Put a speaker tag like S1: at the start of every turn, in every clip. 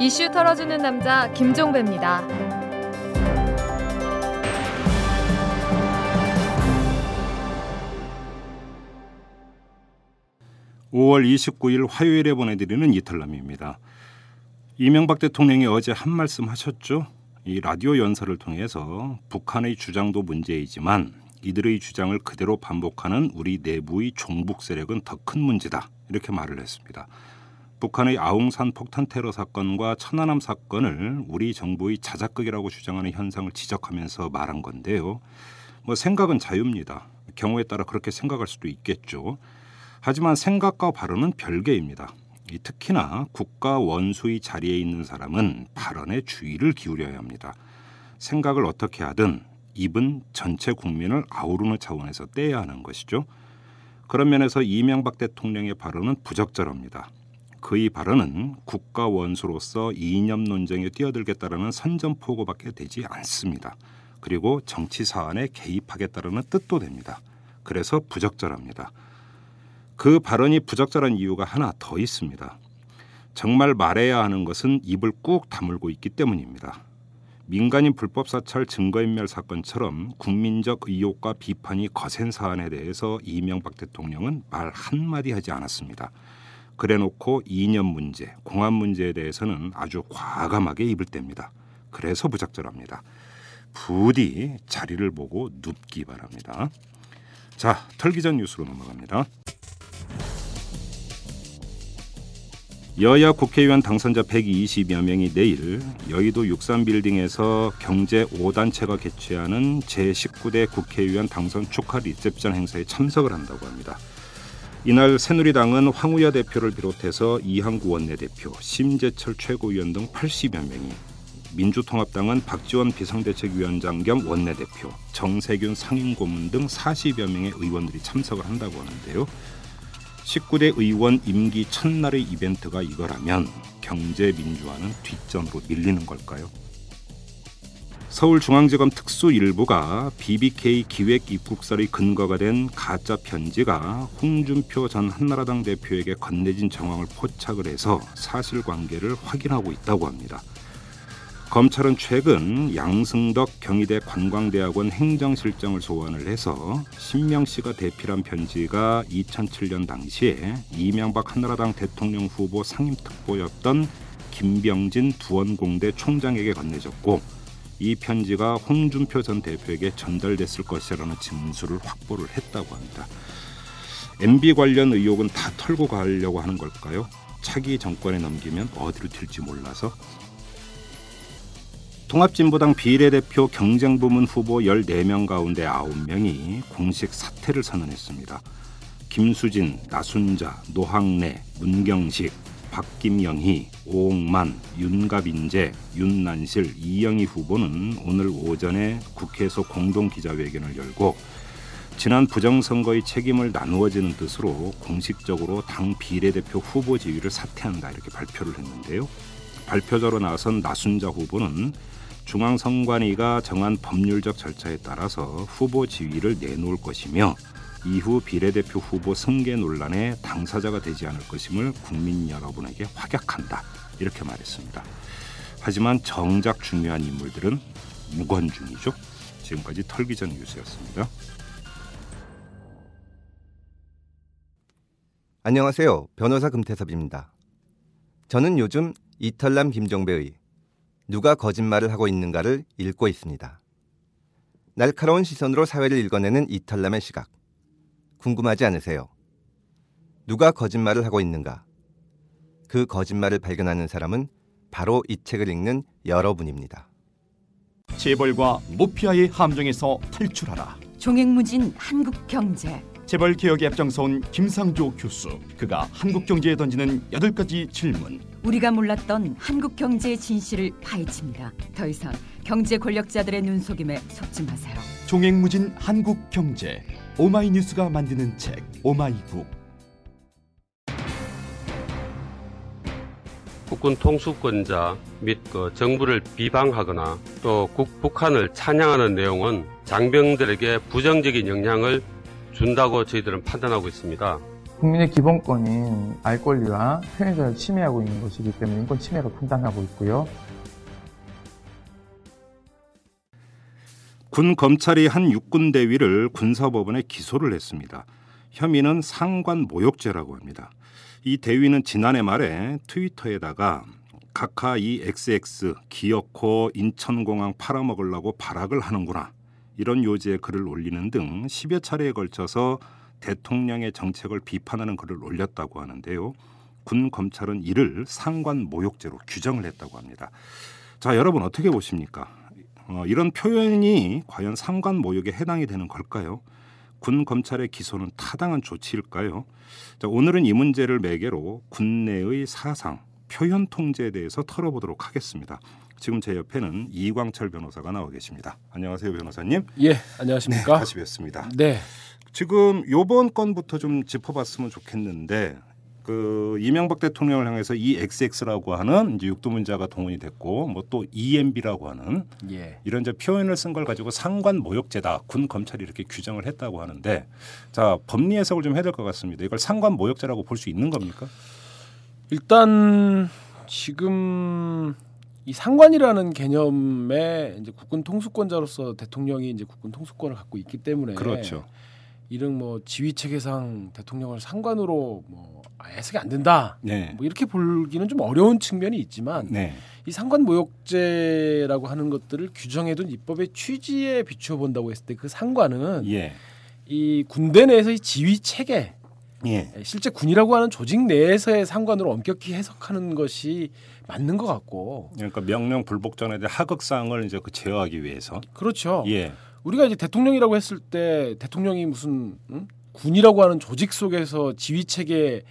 S1: 이슈 털어주는 남자 김종배입니다.
S2: 5월 29일 화요일에 보내드리는 이탈남입니다. 이명박 대통령이 어제 한 말씀 하셨죠. 이 라디오 연설을 통해서 북한의 주장도 문제이지만 이들의 주장을 그대로 반복하는 우리 내부의 종북 세력은 더 큰 문제다. 이렇게 말을 했습니다. 북한의 아웅산 폭탄 테러 사건과 천안함 사건을 우리 정부의 자작극이라고 주장하는 현상을 지적하면서 말한 건데요. 뭐 생각은 자유입니다. 경우에 따라 그렇게 생각할 수도 있겠죠. 하지만 생각과 발언은 별개입니다. 이 특히나 국가 원수의 자리에 있는 사람은 발언에 주의를 기울여야 합니다. 생각을 어떻게 하든 입은 전체 국민을 아우르는 차원에서 떼야 하는 것이죠. 그런 면에서 이명박 대통령의 발언은 부적절합니다. 그의 발언은 국가 원수로서 이념 논쟁에 뛰어들겠다라는 선전포고밖에 되지 않습니다. 그리고 정치 사안에 개입하겠다라는 뜻도 됩니다. 그래서 부적절합니다. 그 발언이 부적절한 이유가 하나 더 있습니다. 정말 말해야 하는 것은 입을 꾹 다물고 있기 때문입니다. 민간인 불법 사찰 증거인멸 사건처럼 국민적 의혹과 비판이 거센 사안에 대해서 이명박 대통령은 말 한마디 하지 않았습니다. 그래놓고 이념 문제, 공안 문제에 대해서는 아주 과감하게 입을 뗍니다. 그래서 부적절합니다. 부디 자리를 보고 눕기 바랍니다. 자, 털기 전 뉴스로 넘어갑니다. 여야 국회의원 당선자 120여 명이 내일 여의도 63빌딩에서 경제 5단체가 개최하는 제19대 국회의원 당선 축하 리셉션 행사에 참석을 한다고 합니다. 이날 새누리당은 황우여 대표를 비롯해서 이항구 원내대표, 심재철 최고위원 등 80여 명이 민주통합당은 박지원 비상대책위원장 겸 원내대표, 정세균 상임고문 등 40여 명의 의원들이 참석을 한다고 하는데요. 19대 의원 임기 첫날의 이벤트가 이거라면 경제 민주화는 뒷전으로 밀리는 걸까요? 서울중앙지검 특수일부가 BBK 기획 입국설의 근거가 된 가짜 편지가 홍준표 전 한나라당 대표에게 건네진 정황을 포착을 해서 사실관계를 확인하고 있다고 합니다. 검찰은 최근 양승덕 경희대 관광대학원 행정실장을 소환을 해서 신명 씨가 대필한 편지가 2007년 당시에 이명박 한나라당 대통령 후보 상임특보였던 김병진 두원공대 총장에게 건네졌고 이 편지가 홍준표 전 대표에게 전달됐을 것이라는 진술을 확보를 했다고 합니다. MB 관련 의혹은 다 털고 가려고 하는 걸까요? 차기 정권에 넘기면 어디로 튈지 몰라서 통합진보당 비례대표 경쟁부문 후보 14명 가운데 9명이 공식 사퇴를 선언했습니다. 김수진, 나순자, 노항래, 문경식, 박김영희, 오옥만, 윤갑인재, 윤난실, 이영희 후보는 오늘 오전에 국회에서 공동 기자회견을 열고 지난 부정선거의 책임을 나누어지는 뜻으로 공식적으로 당 비례대표 후보 지위를 사퇴한다 이렇게 발표를 했는데요. 발표자로 나선 나순자 후보는 중앙선관위가 정한 법률적 절차에 따라서 후보 지위를 내놓을 것이며 이후 비례대표 후보 승계 논란에 당사자가 되지 않을 것임을 국민 여러분에게 확약한다 이렇게 말했습니다. 하지만 정작 중요한 인물들은 무관중이죠. 지금까지 털기전 뉴스였습니다.
S3: 안녕하세요. 변호사 금태섭입니다. 저는 요즘 이탈남 김종배의 누가 거짓말을 하고 있는가를 읽고 있습니다. 날카로운 시선으로 사회를 읽어내는 이탈남의 시각. 궁금하지 않으세요? 누가 거짓말을 하고 있는가? 그 거짓말을 발견하는 사람은 바로 이 책을 읽는 여러분입니다.
S4: 재벌과 모피아의 함정에서 탈출하라.
S5: 종횡무진 한국 경제.
S4: 재벌 개혁에 앞장서온 김상조 교수. 그가 한국 경제에 던지는 여덟 가지 질문.
S5: 우리가 몰랐던 한국 경제의 진실을 파헤칩니다. 더 이상 경제 권력자들의 눈속임에 속지 마세요.
S4: 종횡무진 한국 경제. 오마이뉴스가 만드는 책 오마이북.
S6: 국군 통수권자 및 그 정부를 비방하거나 또 국, 북한을 찬양하는 내용은 장병들에게 부정적인 영향을 준다고 저희들은 판단하고 있습니다.
S7: 국민의 기본권인 알 권리와 표현 자유를 침해하고 있는 것이기 때문에 인권 침해로 판단하고 있고요.
S2: 군 검찰이 한 육군 대위를 군사법원에 기소를 했습니다. 혐의는 상관 모욕죄라고 합니다. 이 대위는 지난해 말에 트위터에다가 각하 이 XX 기어코 인천공항 팔아먹으려고 발악을 하는구나 이런 요지의 글을 올리는 등 10여 차례에 걸쳐서 대통령의 정책을 비판하는 글을 올렸다고 하는데요. 군 검찰은 이를 상관 모욕죄로 규정을 했다고 합니다. 자, 여러분 어떻게 보십니까? 어, 이런 표현이 과연 상관 모욕에 해당이 되는 걸까요? 군 검찰의 기소는 타당한 조치일까요? 자, 오늘은 이 문제를 매개로 군내의 사상, 표현 통제에 대해서 털어보도록 하겠습니다. 지금 제 옆에는 이광철 변호사가 나와 계십니다. 안녕하세요, 변호사님.
S8: 예,
S2: 네,
S8: 안녕하십니까?
S2: 다시 뵙습니다.
S8: 네,
S2: 지금 요번 건부터 좀 짚어봤으면 좋겠는데 그 이명박 대통령을 향해서 이 XX라고 하는 이제 육도 문자가 동원이 됐고 뭐 또 EMB라고 하는
S8: 예.
S2: 이런 이제 표현을 쓴 걸 가지고 상관 모욕죄다 군 검찰이 이렇게 규정을 했다고 하는데 자 법리 해석을 좀 해야 될 것 같습니다. 이걸 상관 모욕죄라고 볼 수 있는 겁니까?
S8: 일단 지금 이 상관이라는 개념에 이제 국군 통수권자로서 대통령이 이제 국군 통수권을 갖고 있기 때문에
S2: 그렇죠.
S8: 이런 뭐 지휘 체계상 대통령을 상관으로 뭐 아예 해석이 안 된다.
S2: 네,
S8: 뭐 이렇게 보기는 좀 어려운 측면이 있지만
S2: 네,
S8: 이 상관 모욕죄라고 하는 것들을 규정해둔 입법의 취지에 비추어 본다고 했을 때 그 상관은
S2: 예,
S8: 이 군대 내에서 이 지휘 체계
S2: 예,
S8: 실제 군이라고 하는 조직 내에서의 상관으로 엄격히 해석하는 것이 맞는 것 같고
S2: 그러니까 명령 불복전에 대한 하극 사항을 이제 그 제어하기 위해서
S8: 그렇죠.
S2: 예,
S8: 우리가 이제 대통령이라고 했을 때 대통령이 무슨 응? 군이라고 하는 조직 속에서 지휘 체계의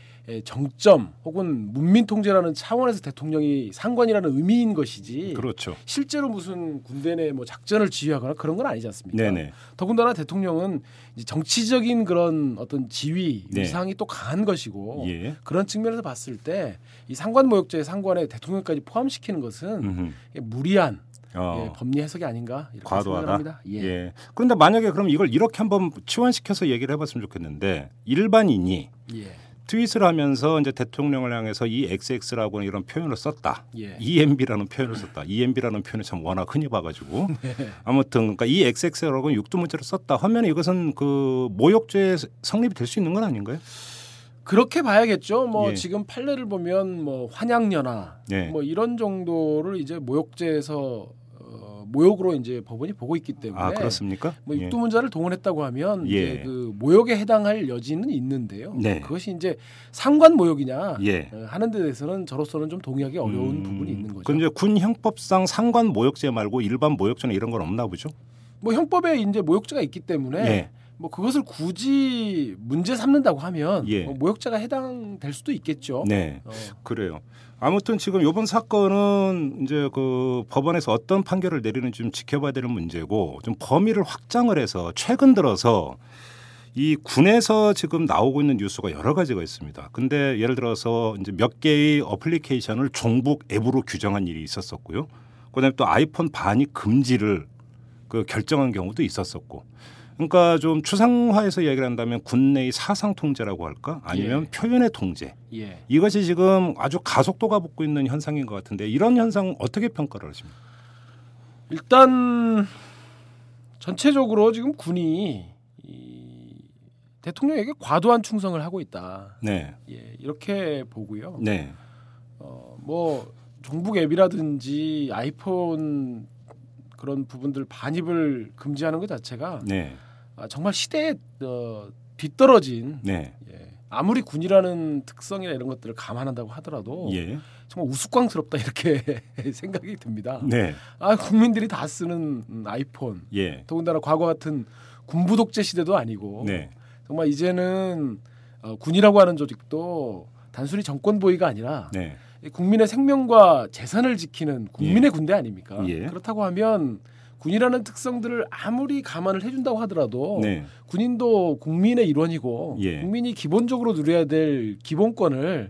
S8: 정점 혹은 문민 통제라는 차원에서 대통령이 상관이라는 의미인 것이지
S2: 그렇죠.
S8: 실제로 무슨 군대 내 뭐 작전을 지휘하거나 그런 건 아니지 않습니까?
S2: 네, 네,
S8: 더군다나 대통령은 이제 정치적인 그런 어떤 지위
S2: 네.
S8: 위상이 또 강한 것이고
S2: 예.
S8: 그런 측면에서 봤을 때 이 상관모욕죄의 상관에 대통령까지 포함시키는 것은
S2: 음흠.
S8: 이게 무리한
S2: 어.
S8: 예, 법리 해석이 아닌가 이렇게
S2: 과도하다.
S8: 생각합니다. 예.
S2: 예. 그런데 만약에 그럼 이걸 이렇게 한번 치환시켜서 얘기를 해봤으면 좋겠는데 일반인이
S8: 예.
S2: 트윗을 하면서 이제 대통령을 향해서 이 XX라고 하는 이런 표현을 썼다.
S8: 예.
S2: EMB라는 표현을 썼다. EMB라는 표현이 참 워낙 흔히
S8: 네.
S2: 봐가지고 아무튼 그러니까 이 XX라고 하는 육두문자를 썼다. 하면 이것은 그 모욕죄 성립이 될 수 있는 건 아닌가요?
S8: 그렇게 봐야겠죠. 뭐
S2: 예.
S8: 지금 판례를 보면 뭐 환양녀나
S2: 예.
S8: 뭐 이런 정도를 이제 모욕죄에서 어, 모욕으로 이제 법원이 보고 있기 때문에
S2: 아 그렇습니까?
S8: 뭐
S2: 예.
S8: 육두문자를 동원했다고 하면
S2: 예.
S8: 이제 그 모욕에 해당할 여지는 있는데요.
S2: 네.
S8: 그것이 이제 상관 모욕이냐
S2: 예.
S8: 어, 하는 데 대해서는 저로서는 좀 동의하기 어려운
S2: 음,
S8: 부분이 있는 거죠.
S2: 그럼 이제 군 형법상 상관 모욕죄 말고 일반 모욕죄는 이런 건 없나 보죠?
S8: 뭐 형법에 이제 모욕죄가 있기 때문에
S2: 예.
S8: 뭐 그것을 굳이 문제 삼는다고 하면
S2: 예.
S8: 뭐 모욕죄가 해당될 수도 있겠죠.
S2: 네.
S8: 어,
S2: 그래요. 아무튼 지금 이번 사건은 이제 그 법원에서 어떤 판결을 내리는지 좀 지켜봐야 되는 문제고 좀 범위를 확장을 해서 최근 들어서 이 군에서 지금 나오고 있는 뉴스가 여러 가지가 있습니다. 근데 예를 들어서 이제 몇 개의 어플리케이션을 종북 앱으로 규정한 일이 있었었고요. 그다음에 또 아이폰 반입 금지를 그 결정한 경우도 있었었고. 그러니까 좀 추상화해서 이야기를 한다면 군내의 사상 통제라고 할까? 아니면
S8: 예.
S2: 표현의 통제.
S8: 예.
S2: 이것이 지금 아주 가속도가 붙고 있는 현상인 것 같은데 이런 현상 어떻게 평가를 하십니까?
S8: 일단 전체적으로 지금 군이 이 대통령에게 과도한 충성을 하고 있다.
S2: 네,
S8: 예, 이렇게 보고요.
S2: 네,
S8: 어, 뭐 종북 앱이라든지 아이폰 그런 부분들 반입을 금지하는 것 자체가
S2: 네,
S8: 아, 정말 시대에 어, 뒤떨어진
S2: 네,
S8: 예, 아무리 군이라는 특성이나 이런 것들을 감안한다고 하더라도
S2: 예,
S8: 정말 우스꽝스럽다 이렇게 생각이 듭니다.
S2: 네,
S8: 아 국민들이 다 쓰는 음, 아이폰
S2: 예,
S8: 더군다나 과거 같은 군부 독재 시대도 아니고
S2: 네,
S8: 정말 이제는 어, 군이라고 하는 조직도 단순히 정권 보위가 아니라
S2: 네,
S8: 국민의 생명과 재산을 지키는 국민의 군대 아닙니까?
S2: 예.
S8: 그렇다고 하면 군이라는 특성들을 아무리 감안을 해준다고 하더라도
S2: 네,
S8: 군인도 국민의 일원이고
S2: 예.
S8: 국민이 기본적으로 누려야 될 기본권을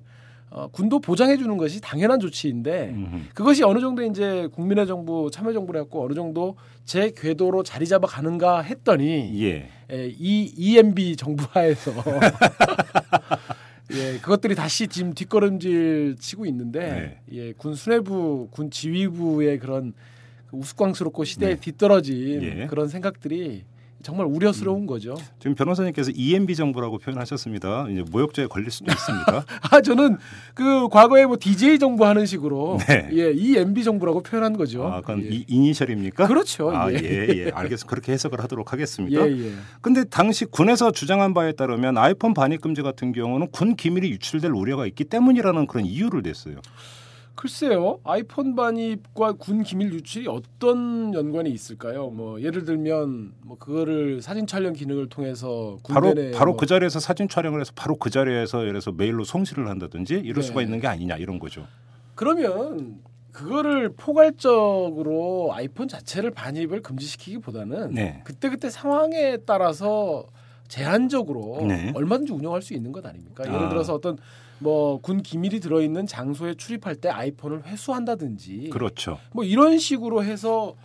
S8: 어, 군도 보장해 주는 것이 당연한 조치인데
S2: 음흠.
S8: 그것이 어느 정도 이제 국민의 정부 참여 정부를 갖고 어느 정도 제 궤도로 자리 잡아 가는가 했더니 E
S2: 예,
S8: 에, 이 EMB 정부 하에서 예, 그것들이 다시 지금 뒷걸음질 치고
S2: 네.
S8: 있는데 예, 군 수뇌부, 군 지휘부의 그런 그 우스꽝스럽고 시대에
S2: 네.
S8: 뒤떨어진
S2: 예. 음.
S8: 그런 생각들이 정말 우려스러운 거죠.
S2: 지금 변호사님께서 EMB 정부라고 표현하셨습니다. 이제 모욕죄에 걸릴 수도 있습니다.
S8: 아 저는 그 과거에 뭐 DJ 정부 하는 식으로
S2: 네.
S8: 예, 이 MB 정부라고 표현한 거죠.
S2: 아, 그건
S8: 예.
S2: 이, 이니셜입니까?
S8: 그렇죠.
S2: 아,
S8: 예.
S2: 예, 예. 알겠습니다. 그렇게 해석을 하도록
S8: 예,
S2: 하겠습니다.
S8: 예.
S2: 근데 당시 군에서 주장한 바에 따르면 아이폰 반입 금지 같은 경우는 군 기밀이 유출될 우려가 있기 때문이라는 그런 이유를 냈어요.
S8: 글쎄요, 아이폰 반입과 군 기밀 유출이 어떤 연관이 있을까요? 뭐 예를 들면 뭐 그거를 사진 촬영 기능을 통해서 군대
S2: 바로
S8: 내
S2: 바로
S8: 뭐-
S2: 그 자리에서 사진 촬영을 해서 바로 그 자리에서 그래서 메일로 송시를 한다든지 이럴
S8: 네.
S2: 수가 있는 게 아니냐 이런 거죠.
S8: 그러면 그거를 포괄적으로 아이폰 자체를 반입을 금지시키기보다는
S2: 네.
S8: 그때 그때 상황에 따라서 제한적으로
S2: 네.
S8: 얼마든지 운영할 수 있는 것 아닙니까?
S2: 아.
S8: 예를 들어서 어떤 뭐 군 기밀이 들어있는 장소에 출입할 때 아이폰을 회수한다든지
S2: 그렇죠.
S8: 뭐 이런 식으로 해서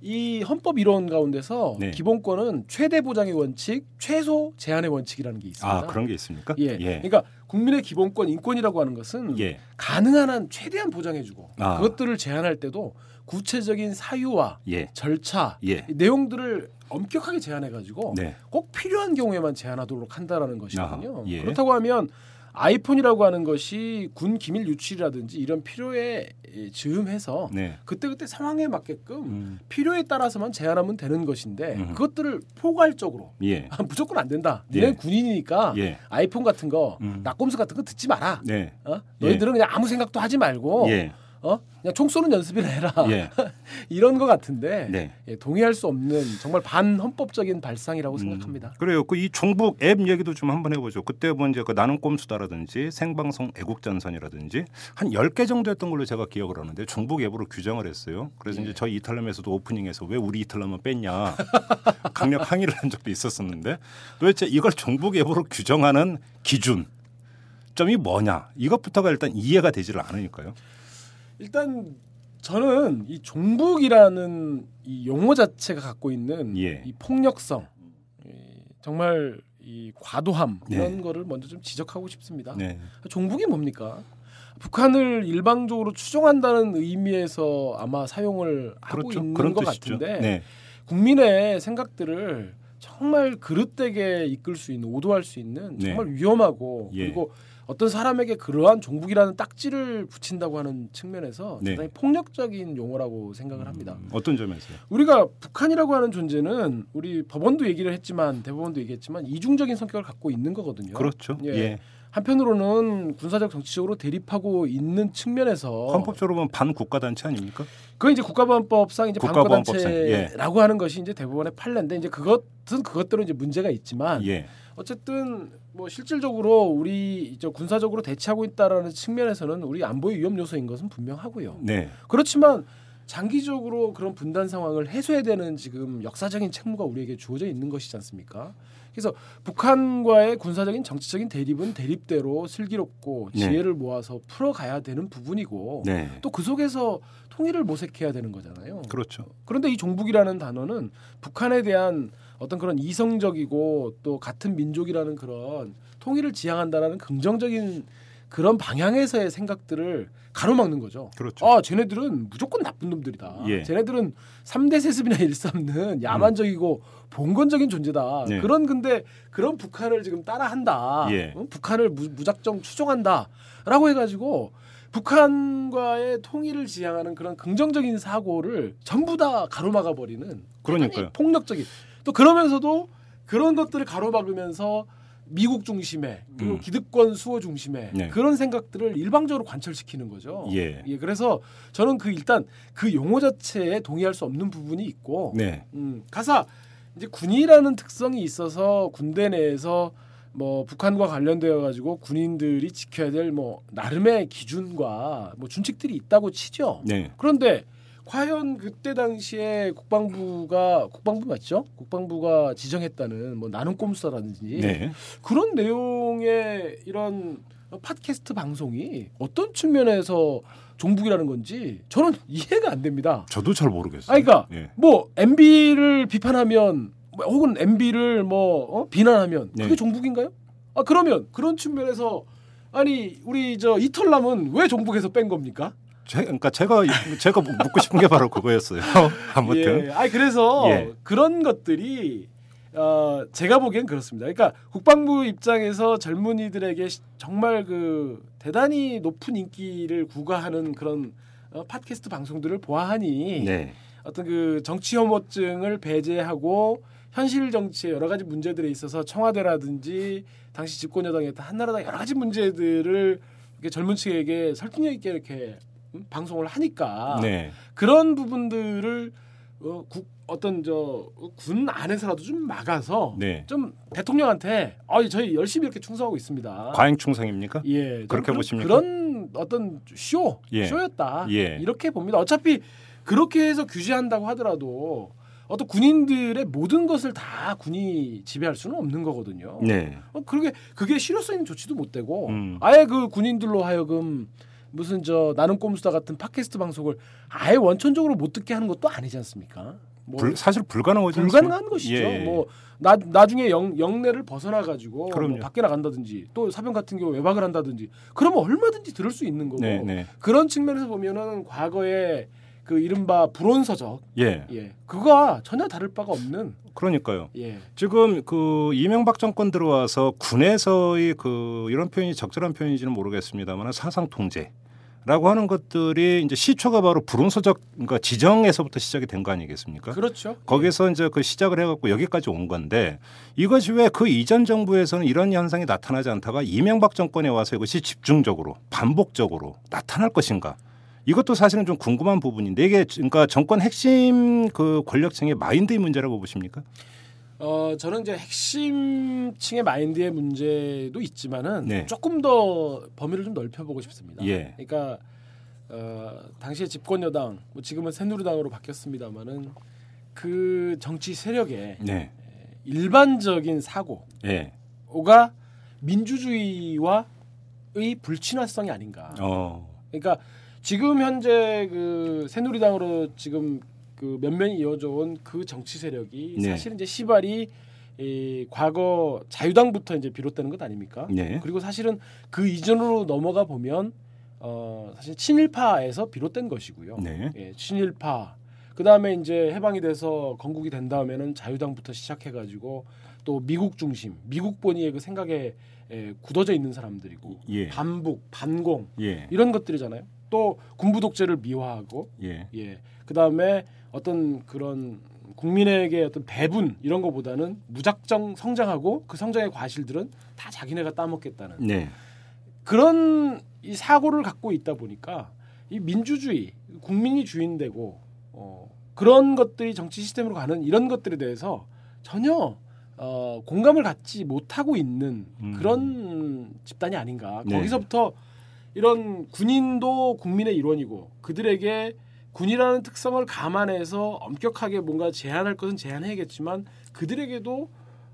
S8: 이 헌법 이론 가운데서
S2: 네.
S8: 기본권은 최대 보장의 원칙, 최소 제한의 원칙이라는 게 있습니다.
S2: 아 그런 게 있습니까?
S8: 예. 그러니까 국민의 기본권 인권이라고 하는 것은
S2: 예.
S8: 가능한 한 최대한 보장해주고
S2: 아.
S8: 그것들을 제한할 때도 구체적인 사유와
S2: 예.
S8: 절차
S2: 예.
S8: 이 내용들을 엄격하게 제한해가지고
S2: 네.
S8: 꼭 필요한 경우에만 제한하도록 한다라는 것이거든요.
S2: 아하, 예.
S8: 그렇다고 하면 아이폰이라고 하는 것이 군 기밀 유출이라든지 이런 필요에 예, 즈음해서
S2: 네.
S8: 그때그때 상황에 맞게끔
S2: 음,
S8: 필요에 따라서만 제한하면 되는 것인데
S2: 음.
S8: 그것들을 포괄적으로
S2: 예.
S8: 아, 무조건 안 된다.
S2: 예.
S8: 니네 군인이니까
S2: 예.
S8: 아이폰 같은 거,
S2: 음.
S8: 낙검수 같은 거 듣지 마라.
S2: 네.
S8: 어? 너희들은 그냥 아무 생각도 하지 말고
S2: 예.
S8: 어? 그냥 총 쏘는 연습이나 해라.
S2: 예.
S8: 이런 거 같은데
S2: 네.
S8: 예, 동의할 수 없는 정말 반헌법적인 발상이라고
S2: 음.
S8: 생각합니다.
S2: 그래요. 그 이 종북 앱 얘기도 좀 한번 해보죠. 그때 뭐 이제 그 나는 꼼수다라든지 생방송 애국전선이라든지 한 10개 정도 했던 걸로 제가 기억을 하는데 종북 앱으로 규정을 했어요. 그래서
S8: 예.
S2: 이제 저희 이탈람에서도 오프닝에서 왜 우리 이탈람은 뺐냐 강력 항의를 한 적도 있었었는데 도대체 이걸 종북 앱으로 규정하는 기준 점이 뭐냐 이것부터가 일단 이해가 되지를 않으니까요.
S8: 일단 저는 이 종북이라는 이 용어 자체가 갖고 있는
S2: 예.
S8: 이 폭력성, 이 정말 이 과도함
S2: 네.
S8: 이런 거를 먼저 좀 지적하고 싶습니다.
S2: 네.
S8: 종북이 뭡니까? 북한을 일방적으로 추종한다는 의미에서 아마 사용을 하고 있는 것 같은데
S2: 그렇죠. 네.
S8: 국민의 생각들을 정말 그릇되게 이끌 수 있는 오도할 수 있는
S2: 네.
S8: 정말 위험하고
S2: 예.
S8: 그리고 어떤 사람에게 그러한 종북이라는 딱지를 붙인다고 하는 측면에서
S2: 네. 음.
S8: 상당히 폭력적인 용어라고 생각을 합니다.
S2: 어떤 점에서요?
S8: 우리가 북한이라고 하는 존재는 우리 법원도 얘기를 했지만 대법원도 얘기했지만 이중적인 성격을 갖고 있는 거거든요.
S2: 그렇죠.
S8: 예.
S2: 예.
S8: 한편으로는 군사적 정치적으로 대립하고 있는 측면에서
S2: 헌법적으로 보면 반국가 단체 아닙니까?
S8: 그건 이제 국가보안법상 이제
S2: 국가보안법상, 예.
S8: 방어단체라고 하는 것이 이제 대법원의 판례인데 이제 그것은 그것대로 이제 문제가 있지만
S2: 예.
S8: 어쨌든 뭐 실질적으로 우리 저 군사적으로 대치하고 있다라는 측면에서는 우리 안보의 위험 요소인 것은 분명하고요.
S2: 네.
S8: 그렇지만 장기적으로 그런 분단 상황을 해소해야 되는 지금 역사적인 책무가 우리에게 주어져 있는 것이지 않습니까? 그래서 북한과의 군사적인 정치적인 대립은 대립대로 슬기롭고
S2: 네.
S8: 지혜를 모아서 풀어가야 되는 부분이고
S2: 네.
S8: 또 그 속에서 통일을 모색해야 되는 거잖아요.
S2: 그렇죠.
S8: 그런데 이 종북이라는 단어는 북한에 대한 어떤 그런 이성적이고 또 같은 민족이라는 그런 통일을 지향한다라는 긍정적인 그런 방향에서의 생각들을 가로막는 거죠.
S2: 그렇죠.
S8: 아, 쟤네들은 무조건 나쁜 놈들이다.
S2: 예.
S8: 쟤네들은 삼대 세습이나 일삼는 야만적이고 봉건적인 존재다.
S2: 네.
S8: 그런 근데 그런 북한을 지금 따라한다.
S2: 예.
S8: 어? 북한을 무, 무작정 추종한다라고 해 가지고 북한과의 통일을 지향하는 그런 긍정적인 사고를 전부 다 가로막아 버리는
S2: 그러니까요.
S8: 폭력적인 또 그러면서도 그런 것들을 가로막으면서 미국 중심의 그리고
S2: 음.
S8: 기득권 수호 중심의
S2: 네.
S8: 그런 생각들을 일방적으로 관철시키는 거죠.
S2: 예.
S8: 그래서 저는 그 일단 그 용어 자체에 동의할 수 없는 부분이 있고
S2: 네.
S8: 음, 가사 이제 군이라는 특성이 있어서 군대 내에서 뭐 북한과 관련되어 가지고 군인들이 지켜야 될 뭐 나름의 기준과 뭐 준칙들이 있다고 치죠.
S2: 네.
S8: 그런데 과연 그때 당시에 국방부가 국방부 맞죠? 국방부가 지정했다는 뭐 나눔 꼼수라든지
S2: 네.
S8: 그런 내용의 이런 팟캐스트 방송이 어떤 측면에서 종북이라는 건지 저는 이해가 안 됩니다.
S2: 저도 잘 모르겠어요.
S8: 아니, 그러니까
S2: 예.
S8: 뭐 MB를 비판하면 뭐 혹은 MB를 뭐 어? 비난하면
S2: 네.
S8: 그게 종북인가요? 아 그러면 그런 측면에서 아니 우리 저 이털남은 왜 종북에서 뺀 겁니까?
S2: 제, 그러니까 제가 제가 묻고 싶은 게 바로 그거였어요. 아무튼
S8: 예. 아니 그래서
S2: 예.
S8: 그런 것들이 어, 제가 보기엔 그렇습니다. 그러니까 국방부 입장에서 젊은이들에게 시- 정말 그 대단히 높은 인기를 구가하는 그런 어, 팟캐스트 방송들을 보아하니
S2: 네.
S8: 어떤 그 정치 혐오증을 배제하고 현실 정치의 여러 가지 문제들에 있어서 청와대라든지 당시 집권 여당이었던 한나라당 여러 가지 문제들을 이렇게 젊은 층에게 설득력 있게 이렇게 음, 방송을 하니까
S2: 네.
S8: 그런 부분들을 어, 국, 어떤 저 군 안에서라도 좀 막아서
S2: 네.
S8: 좀 대통령한테 아 저희 열심히 이렇게 충성하고 있습니다.
S2: 과잉충상입니까?
S8: 예, 좀
S2: 그렇게
S8: 그런-
S2: 보십니까?
S8: 그런 어떤 쇼
S2: 예.
S8: 쇼였다
S2: 예.
S8: 이렇게 봅니다. 어차피 그렇게 해서 규제한다고 하더라도 어떤 군인들의 모든 것을 다 군이 지배할 수는 없는 거거든요.
S2: 네.
S8: 어, 그게 그게 실효성 있는 조치도 못 되고
S2: 음.
S8: 아예 그 군인들로 하여금 무슨 저 나는 꼼수다 같은 팟캐스트 방송을 아예 원천적으로 못 듣게 하는 것도 아니지 않습니까? 뭐
S2: 불, 사실 불가능하지
S8: 불가능한
S2: 않습니까?
S8: 것이죠.
S2: 예.
S8: 뭐 나, 나중에 영, 영내를 벗어나 가지고
S2: 그럼요.
S8: 뭐 밖에 나간다든지 또 사병 같은 경우 외박을 한다든지 그러면 얼마든지 들을 수 있는 거고
S2: 네, 네.
S8: 그런 측면에서 보면은 과거에 그 이른바 불온서적
S2: 예.
S8: 예 그거와 전혀 다를 바가 없는
S2: 그러니까요.
S8: 예
S2: 지금 그 이명박 정권 들어와서 군에서의 그 이런 표현이 적절한 표현인지는 모르겠습니다만 사상 통제. 라고 하는 것들이 이제 시초가 바로 불운서적 그러니까 지정에서부터 시작이 된 거 아니겠습니까?
S8: 그렇죠.
S2: 그러니까 거기서 이제 그 시작을 해갖고 여기까지 온 건데 이것이 왜 그 이전 정부에서는 이런 현상이 나타나지 않다가 이명박 정권에 와서 이것이 집중적으로 반복적으로 나타날 것인가? 이것도 사실은 좀 궁금한 부분인데 이게 그러니까 정권 핵심 그 권력층의 마인드의 문제라고 보십니까?
S8: 어 저는 이제 핵심층의 마인드의 문제도 있지만은
S2: 네.
S8: 조금 더 범위를 좀 넓혀보고 싶습니다.
S2: 예.
S8: 그러니까 어, 당시에 집권 여당, 뭐 지금은 새누리당으로 바뀌었습니다만은 그 정치 세력의
S2: 네,
S8: 일반적인 사고가
S2: 예,
S8: 민주주의와의 불친화성이 아닌가.
S2: 어,
S8: 그러니까 지금 현재 그 새누리당으로 지금 그 면면이 이어져 온 그 정치 세력이
S2: 네.
S8: 사실 이제 시발이 이 과거 자유당부터 이제 비롯되는 것 아닙니까?
S2: 네,
S8: 그리고 사실은 그 이전으로 넘어가 보면 어 사실 친일파에서 비롯된 것이고요.
S2: 네,
S8: 예, 친일파. 그 다음에 이제 해방이 돼서 건국이 된 다음에는 자유당부터 시작해가지고 또 미국 중심, 미국 본위의 그 생각에 예, 굳어져 있는 사람들이고
S2: 예,
S8: 반북, 반공
S2: 예,
S8: 이런 것들이잖아요. 또 군부 독재를 미화하고
S2: 예,
S8: 예. 그다음에 어떤 그런 국민에게 어떤 배분 이런 거보다는 무작정 성장하고 그 성장의 과실들은 다 자기네가 따먹겠다는
S2: 네,
S8: 그런 이 사고를 갖고 있다 보니까 이 민주주의 국민이 주인되고 어, 그런 것들이 정치 시스템으로 가는 이런 것들에 대해서 전혀 어, 공감을 갖지 못하고 있는
S2: 음.
S8: 그런 집단이 아닌가
S2: 네.
S8: 거기서부터 이런 군인도 국민의 일원이고 그들에게 군이라는 특성을 감안해서 엄격하게 뭔가 제한할 것은 제한해야겠지만 그들에게도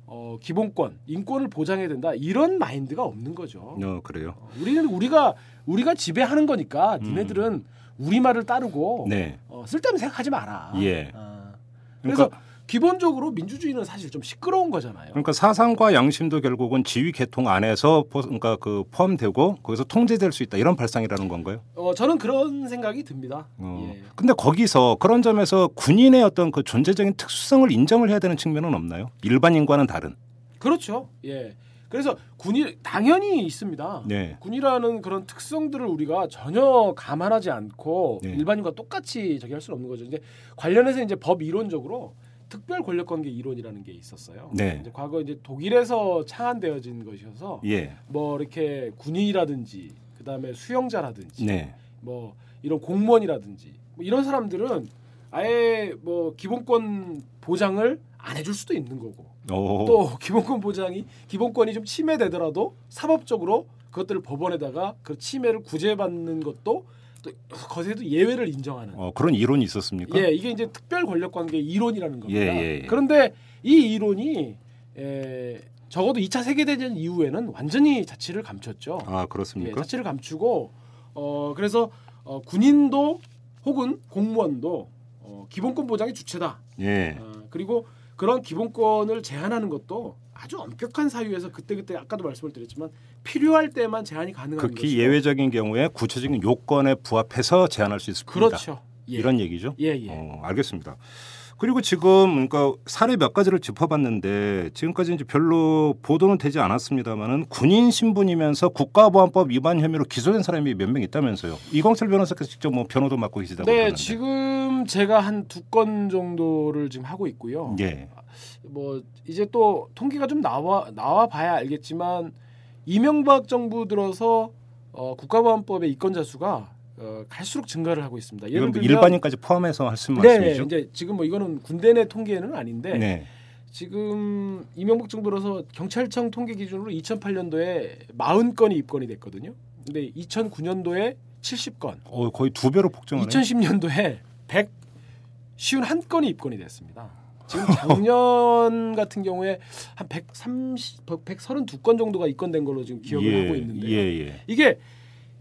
S8: 어, 기본권, 인권을 보장해야 된다 이런 마인드가 없는 거죠.
S2: 어, 그래요.
S8: 어, 우리는 우리가 우리가 지배하는 거니까
S2: 음.
S8: 니네들은 우리 말을 따르고
S2: 네,
S8: 어, 쓸데없는 생각하지 마라.
S2: 예.
S8: 아. 그래서
S2: 그러니까-
S8: 기본적으로 민주주의는 사실 좀 시끄러운 거잖아요.
S2: 그러니까 사상과 양심도 결국은 지휘 계통 안에서 포, 그러니까 그 포함되고 거기서 통제될 수 있다 이런 발상이라는 건가요?
S8: 어, 저는 그런 생각이 듭니다.
S2: 어.
S8: 예.
S2: 근데 거기서 그런 점에서 군인의 어떤 그 존재적인 특수성을 인정을 해야 되는 측면은 없나요? 일반인과는 다른.
S8: 그렇죠. 예. 그래서 군이 당연히 있습니다.
S2: 네.
S8: 군이라는 그런 특성들을 우리가 전혀 감안하지 않고
S2: 네.
S8: 일반인과 똑같이 저기 할 수는 없는 거죠. 이제 관련해서 이제 법 이론적으로 특별 권력관계 이론이라는 게 있었어요.
S2: 네.
S8: 이제 과거 이제 독일에서 창안되어진 것이어서
S2: 예.
S8: 뭐 이렇게 군인이라든지 그다음에 수영자라든지
S2: 네.
S8: 뭐 이런 공무원이라든지 뭐 이런 사람들은 아예 뭐 기본권 보장을 안 해줄 수도 있는 거고
S2: 오.
S8: 또 기본권 보장이 기본권이 좀 침해되더라도 사법적으로 그것들을 법원에다가 그 침해를 구제받는 것도 또 거기에도 예외를 인정하는
S2: 어, 그런 이론이 있었습니까?
S8: 예 이게 이제 특별 권력 관계 이론이라는 겁니다.
S2: 예, 예, 예.
S8: 그런데 이 이론이 에, 적어도 2차 세계 대전 이후에는 완전히 자취를 감췄죠.
S2: 아,
S8: 예,
S2: 그렇습니까?
S8: 자취를 감추고 어 그래서 어, 군인도 혹은 공무원도 어, 기본권 보장의 주체다.
S2: 예.
S8: 어, 그리고 그런 기본권을 제한하는 것도 아주 엄격한 사유에서 그때그때 아까도 말씀을 드렸지만 필요할 때만 제한이 가능한
S2: 극히
S8: 것이고.
S2: 예외적인 경우에 구체적인 요건에 부합해서 제한할 수 있을 겁니다.
S8: 그렇죠. 예.
S2: 이런 얘기죠.
S8: 예, 예.
S2: 어, 알겠습니다. 그리고 지금 그러니까 사례 몇 가지를 짚어봤는데 지금까지 이제 별로 보도는 되지 않았습니다만은 군인 신분이면서 국가보안법 위반 혐의로 기소된 사람이 몇 명 있다면서요. 이광철 변호사께서 직접 뭐 변호도 맡고 계시다고
S8: 네,
S2: 들었는데.
S8: 지금 제가 한 두 건 정도를 지금 하고 있고요.
S2: 예.
S8: 뭐 이제 또 통계가 좀 나와 나와 봐야 알겠지만 이명박 정부 들어서 어, 국가보안법의 입건자 수가 어, 갈수록 증가를 하고 있습니다. 예를
S2: 이건 뭐
S8: 들면
S2: 일반인까지 포함해서 하신
S8: 네, 네,
S2: 말씀이죠.
S8: 이제 지금 뭐 이거는 군대 내 통계는 아닌데
S2: 네.
S8: 지금 이명박 정부로서 경찰청 통계 기준으로 2008년도에 40건이 입건이 됐거든요. 근데 2009년도에 70건,
S2: 어, 거의 두 배로 폭증하네요.
S8: 2010년도에 151건이 입건이 됐습니다. 지금 작년 같은 경우에 한 130, 132건 정도가 입건된 걸로 지금 기억을
S2: 예,
S8: 하고 있는데
S2: 예, 예.
S8: 이게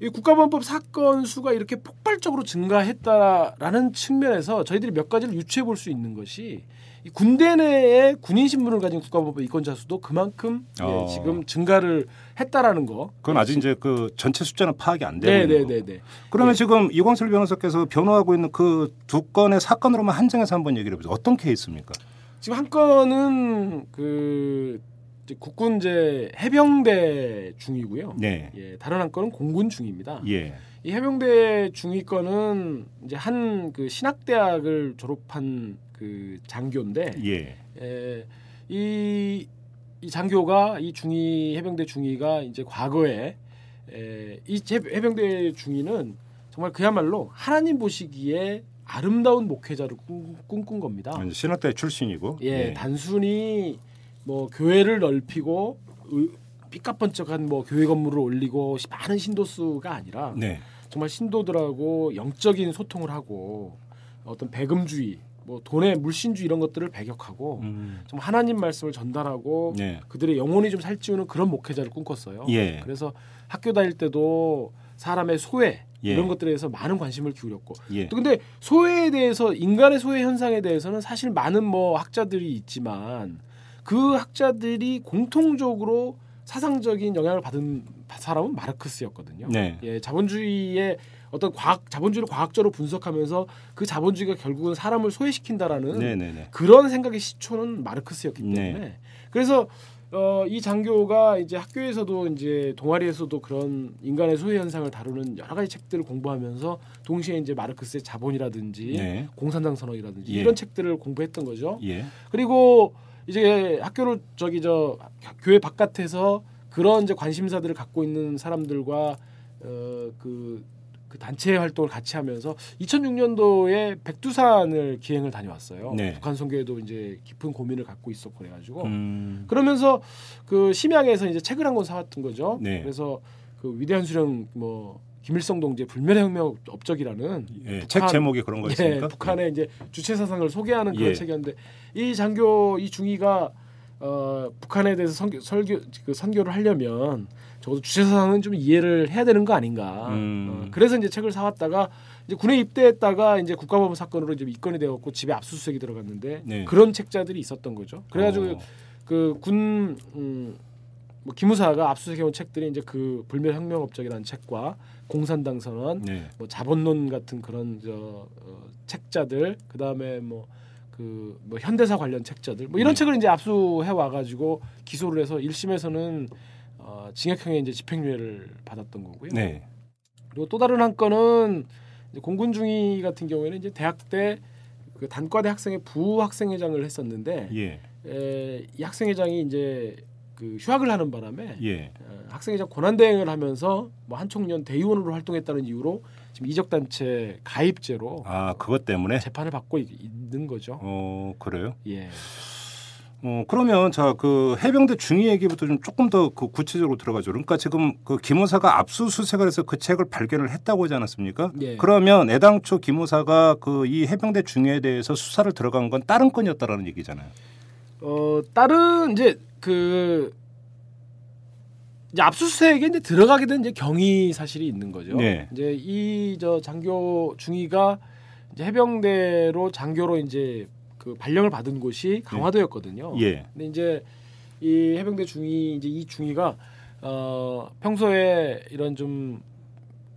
S8: 이 국가보안법 사건 수가 이렇게 폭발적으로 증가했다라는 측면에서 저희들이 몇 가지를 유추해 볼 수 있는 것이 이 군대 내에 군인 신분을 가진 국가보안법 이권자 수도 그만큼
S2: 어.
S8: 예, 지금 증가를 했다라는 거.
S2: 그건 아직 이제 그 전체 숫자는 파악이 안 되고
S8: 네,
S2: 있는
S8: 네,
S2: 거고.
S8: 네, 네.
S2: 그러면
S8: 예.
S2: 지금 이광철 변호사께서 변호하고 있는 그 두 건의 사건으로만 한정해서 한번 얘기를 해보죠. 어떤 케이스입니까?
S8: 지금 한 건은 그 이제 국군 이제 해병대 중이고요.
S2: 네.
S8: 예, 다른 한 건은 공군 중입니다.
S2: 예.
S8: 이 해병대 중위권은 이제 한 그 신학대학을 졸업한 그 장교인데
S2: 예.
S8: 에, 이, 이 장교가 이 중위 해병대 중위가 이제 과거에 에, 이 제- 해병대 중위는 정말 그야말로 하나님 보시기에 아름다운 목회자를 꿈, 꿈꾼 겁니다.
S2: 신학대 출신이고.
S8: 아.
S2: 네.
S8: 예, 단순히 뭐 교회를 넓히고 의- 삐까뻔쩍한 뭐 교회 건물을 올리고 시- 많은 신도 수가 아니라
S2: 네.
S8: 정말 신도들하고 영적인 소통을 하고 어떤 배금주의, 뭐 돈의 물신주의 이런 것들을 배격하고
S2: 음.
S8: 좀 하나님 말씀을 전달하고
S2: 네.
S8: 그들의 영혼이 좀 살찌우는 그런 목회자를 꿈꿨어요.
S2: 예.
S8: 그래서 학교 다닐 때도 사람의 소외
S2: 예.
S8: 이런 것들에 대해서 많은 관심을 기울였고
S2: 예.
S8: 또 근데 소외에 대해서 인간의 소외 현상에 대해서는 사실 많은 뭐 학자들이 있지만 그 학자들이 공통적으로 사상적인 영향을 받은 사람은 마르크스였거든요.
S2: 네.
S8: 예, 자본주의의 어떤 과학 자본주의를 과학적으로 분석하면서 그 자본주의가 결국은 사람을 소외시킨다라는
S2: 네, 네, 네.
S8: 그런 생각의 시초는 마르크스였기
S2: 네.
S8: 때문에 그래서 어, 이 장교가 이제 학교에서도 이제 동아리에서도 그런 인간의 소외 현상을 다루는 여러 가지 책들을 공부하면서 동시에 이제 마르크스의 자본이라든지
S2: 네.
S8: 공산당 선언이라든지
S2: 예.
S8: 이런 책들을 공부했던 거죠.
S2: 예.
S8: 그리고 이제 학교를 저기 저 교회 바깥에서 그런 이제 관심사들을 갖고 있는 사람들과 어그 그 단체 활동을 같이 하면서 2006년도에 백두산을 기행을 다녀왔어요.
S2: 네.
S8: 북한 선교에도 이제 깊은 고민을 갖고 있었고 그래가지고
S2: 음.
S8: 그러면서 그 심양에서 이제 책을 한 권 사왔던 거죠.
S2: 네.
S8: 그래서 그 위대한 수령 뭐 김일성 동지의 불멸의 혁명 업적이라는
S2: 예. 책 제목이 그런 거였습니까?
S8: 예, 북한의 이제 주체 사상을 소개하는 그런
S2: 예.
S8: 책이었는데 이 장교 이 중위가 어, 북한에 대해서 선교, 설교, 그 선교를 하려면 적어도 주체 사상은 좀 이해를 해야 되는 거 아닌가.
S2: 음.
S8: 어, 그래서 이제 책을 사왔다가 이제 군에 입대했다가 이제 국가보험 사건으로 좀 입건이 되었고 집에 압수수색이 들어갔는데
S2: 네.
S8: 그런 책자들이 있었던 거죠. 그래가지고
S2: 어.
S8: 그군 음, 뭐 기무사가 압수수색해온 책들이 이제 그 불멸혁명업적이라는 책과 공산당 선언,
S2: 네.
S8: 뭐 자본론 같은 그런 저 어, 책자들 그다음에 뭐 그 뭐 현대사 관련 책자들 뭐 이런
S2: 네.
S8: 책을 이제 압수해 와 가지고 기소를 해서 1심에서는 어, 징역형의 이제 집행유예를 받았던 거고요.
S2: 네.
S8: 그리고 또 다른 한 건은 이제 공군 중위 같은 경우에는 이제 대학 때 그 단과대 학생의 부학생회장을 했었는데
S2: 예.
S8: 에, 이 학생회장이 이제 그 휴학을 하는 바람에
S2: 예.
S8: 어, 학생회장 권한대행을 하면서 뭐 한총련 대의원으로 활동했다는 이유로 지금 이적단체 가입죄로
S2: 아, 그것 때문에
S8: 재판을 받고 있- 있는 거죠.
S2: 어, 그래요?
S8: 예.
S2: 어, 그러면 자 그 해병대 중위 얘기부터 좀 조금 더 그 구체적으로 들어가죠. 그러니까 지금 그 김호사가 압수수색을 해서 그 책을 발견을 했다고 하지 않았습니까?
S8: 예.
S2: 그러면 애당초 김호사가 그 이 해병대 중위에 대해서 수사를 들어간 건 다른 건이었다라는 얘기잖아요.
S8: 어 다른 이제 그 이제 압수수색에 이제 들어가게 된 이제 경위 사실이 있는 거죠.
S2: 네.
S8: 이제 이 저 장교 중위가 이제 해병대로 장교로 이제 그 발령을 받은 곳이 강화도였거든요.
S2: 네. 예.
S8: 근데 이제 이 해병대 중위 이제 이 중위가 어, 평소에 이런 좀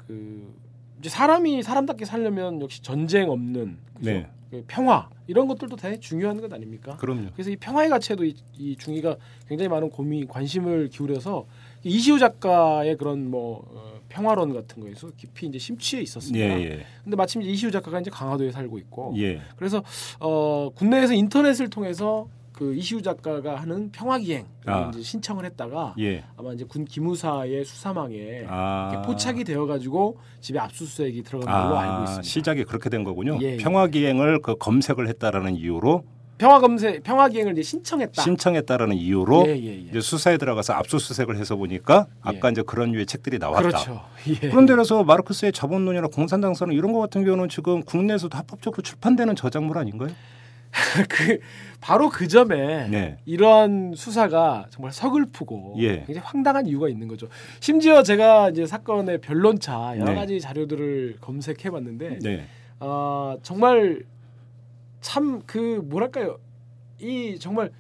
S8: 그 이제 사람이 사람답게 살려면 역시 전쟁 없는 그죠?
S2: 네.
S8: 그 평화 이런 것들도 되게 중요한 것 아닙니까?
S2: 그럼요.
S8: 그래서 이 평화의 가치에도 이, 이 중위가 굉장히 많은 고민 관심을 기울여서 이시우 작가의 그런 뭐 어, 평화론 같은 거에서 깊이 이제 심취해
S2: 예,
S8: 있었습니다.
S2: 예.
S8: 근데 마침 이제 이시우 작가가 이제 강화도에 살고 있고
S2: 예.
S8: 그래서 어, 군내에서 인터넷을 통해서 그 이시우 작가가 하는 평화기행
S2: 아.
S8: 이제 신청을 했다가
S2: 예.
S8: 아마 이제 군 기무사의 수사망에
S2: 아.
S8: 네. 이렇게 포착이 되어가지고 집에 압수수색이 들어간 걸로 알고
S2: 아,
S8: 있습니다.
S2: 시작이 그렇게 된 거군요.
S8: 예, 예.
S2: 평화 기행을 그 검색을 했다라는 이유로
S8: 평화 검색 평화 기행을 이제 신청했다.
S2: 신청했다라는 이유로
S8: 예, 예, 예.
S2: 이제 수사에 들어가서 압수수색을 해서 보니까 아까 이제 그런 류의 책들이 나왔다.
S8: 그렇죠. 예.
S2: 그런데 그래서 마르크스의 자본론이나 공산당사론 이런 것 같은 경우는 지금 국내에서도 합법적으로 출판되는 저작물 아닌가요?
S8: 그 바로 그 점에
S2: 네.
S8: 이러한 수사가 정말 서글프고
S2: 예.
S8: 굉장히 황당한 이유가 있는 거죠. 심지어 제가 이제 사건의 변론차 여러
S2: 네.
S8: 가지 자료들을 검색해봤는데
S2: 네.
S8: 아 정말 참 그 뭐랄까요 이 정말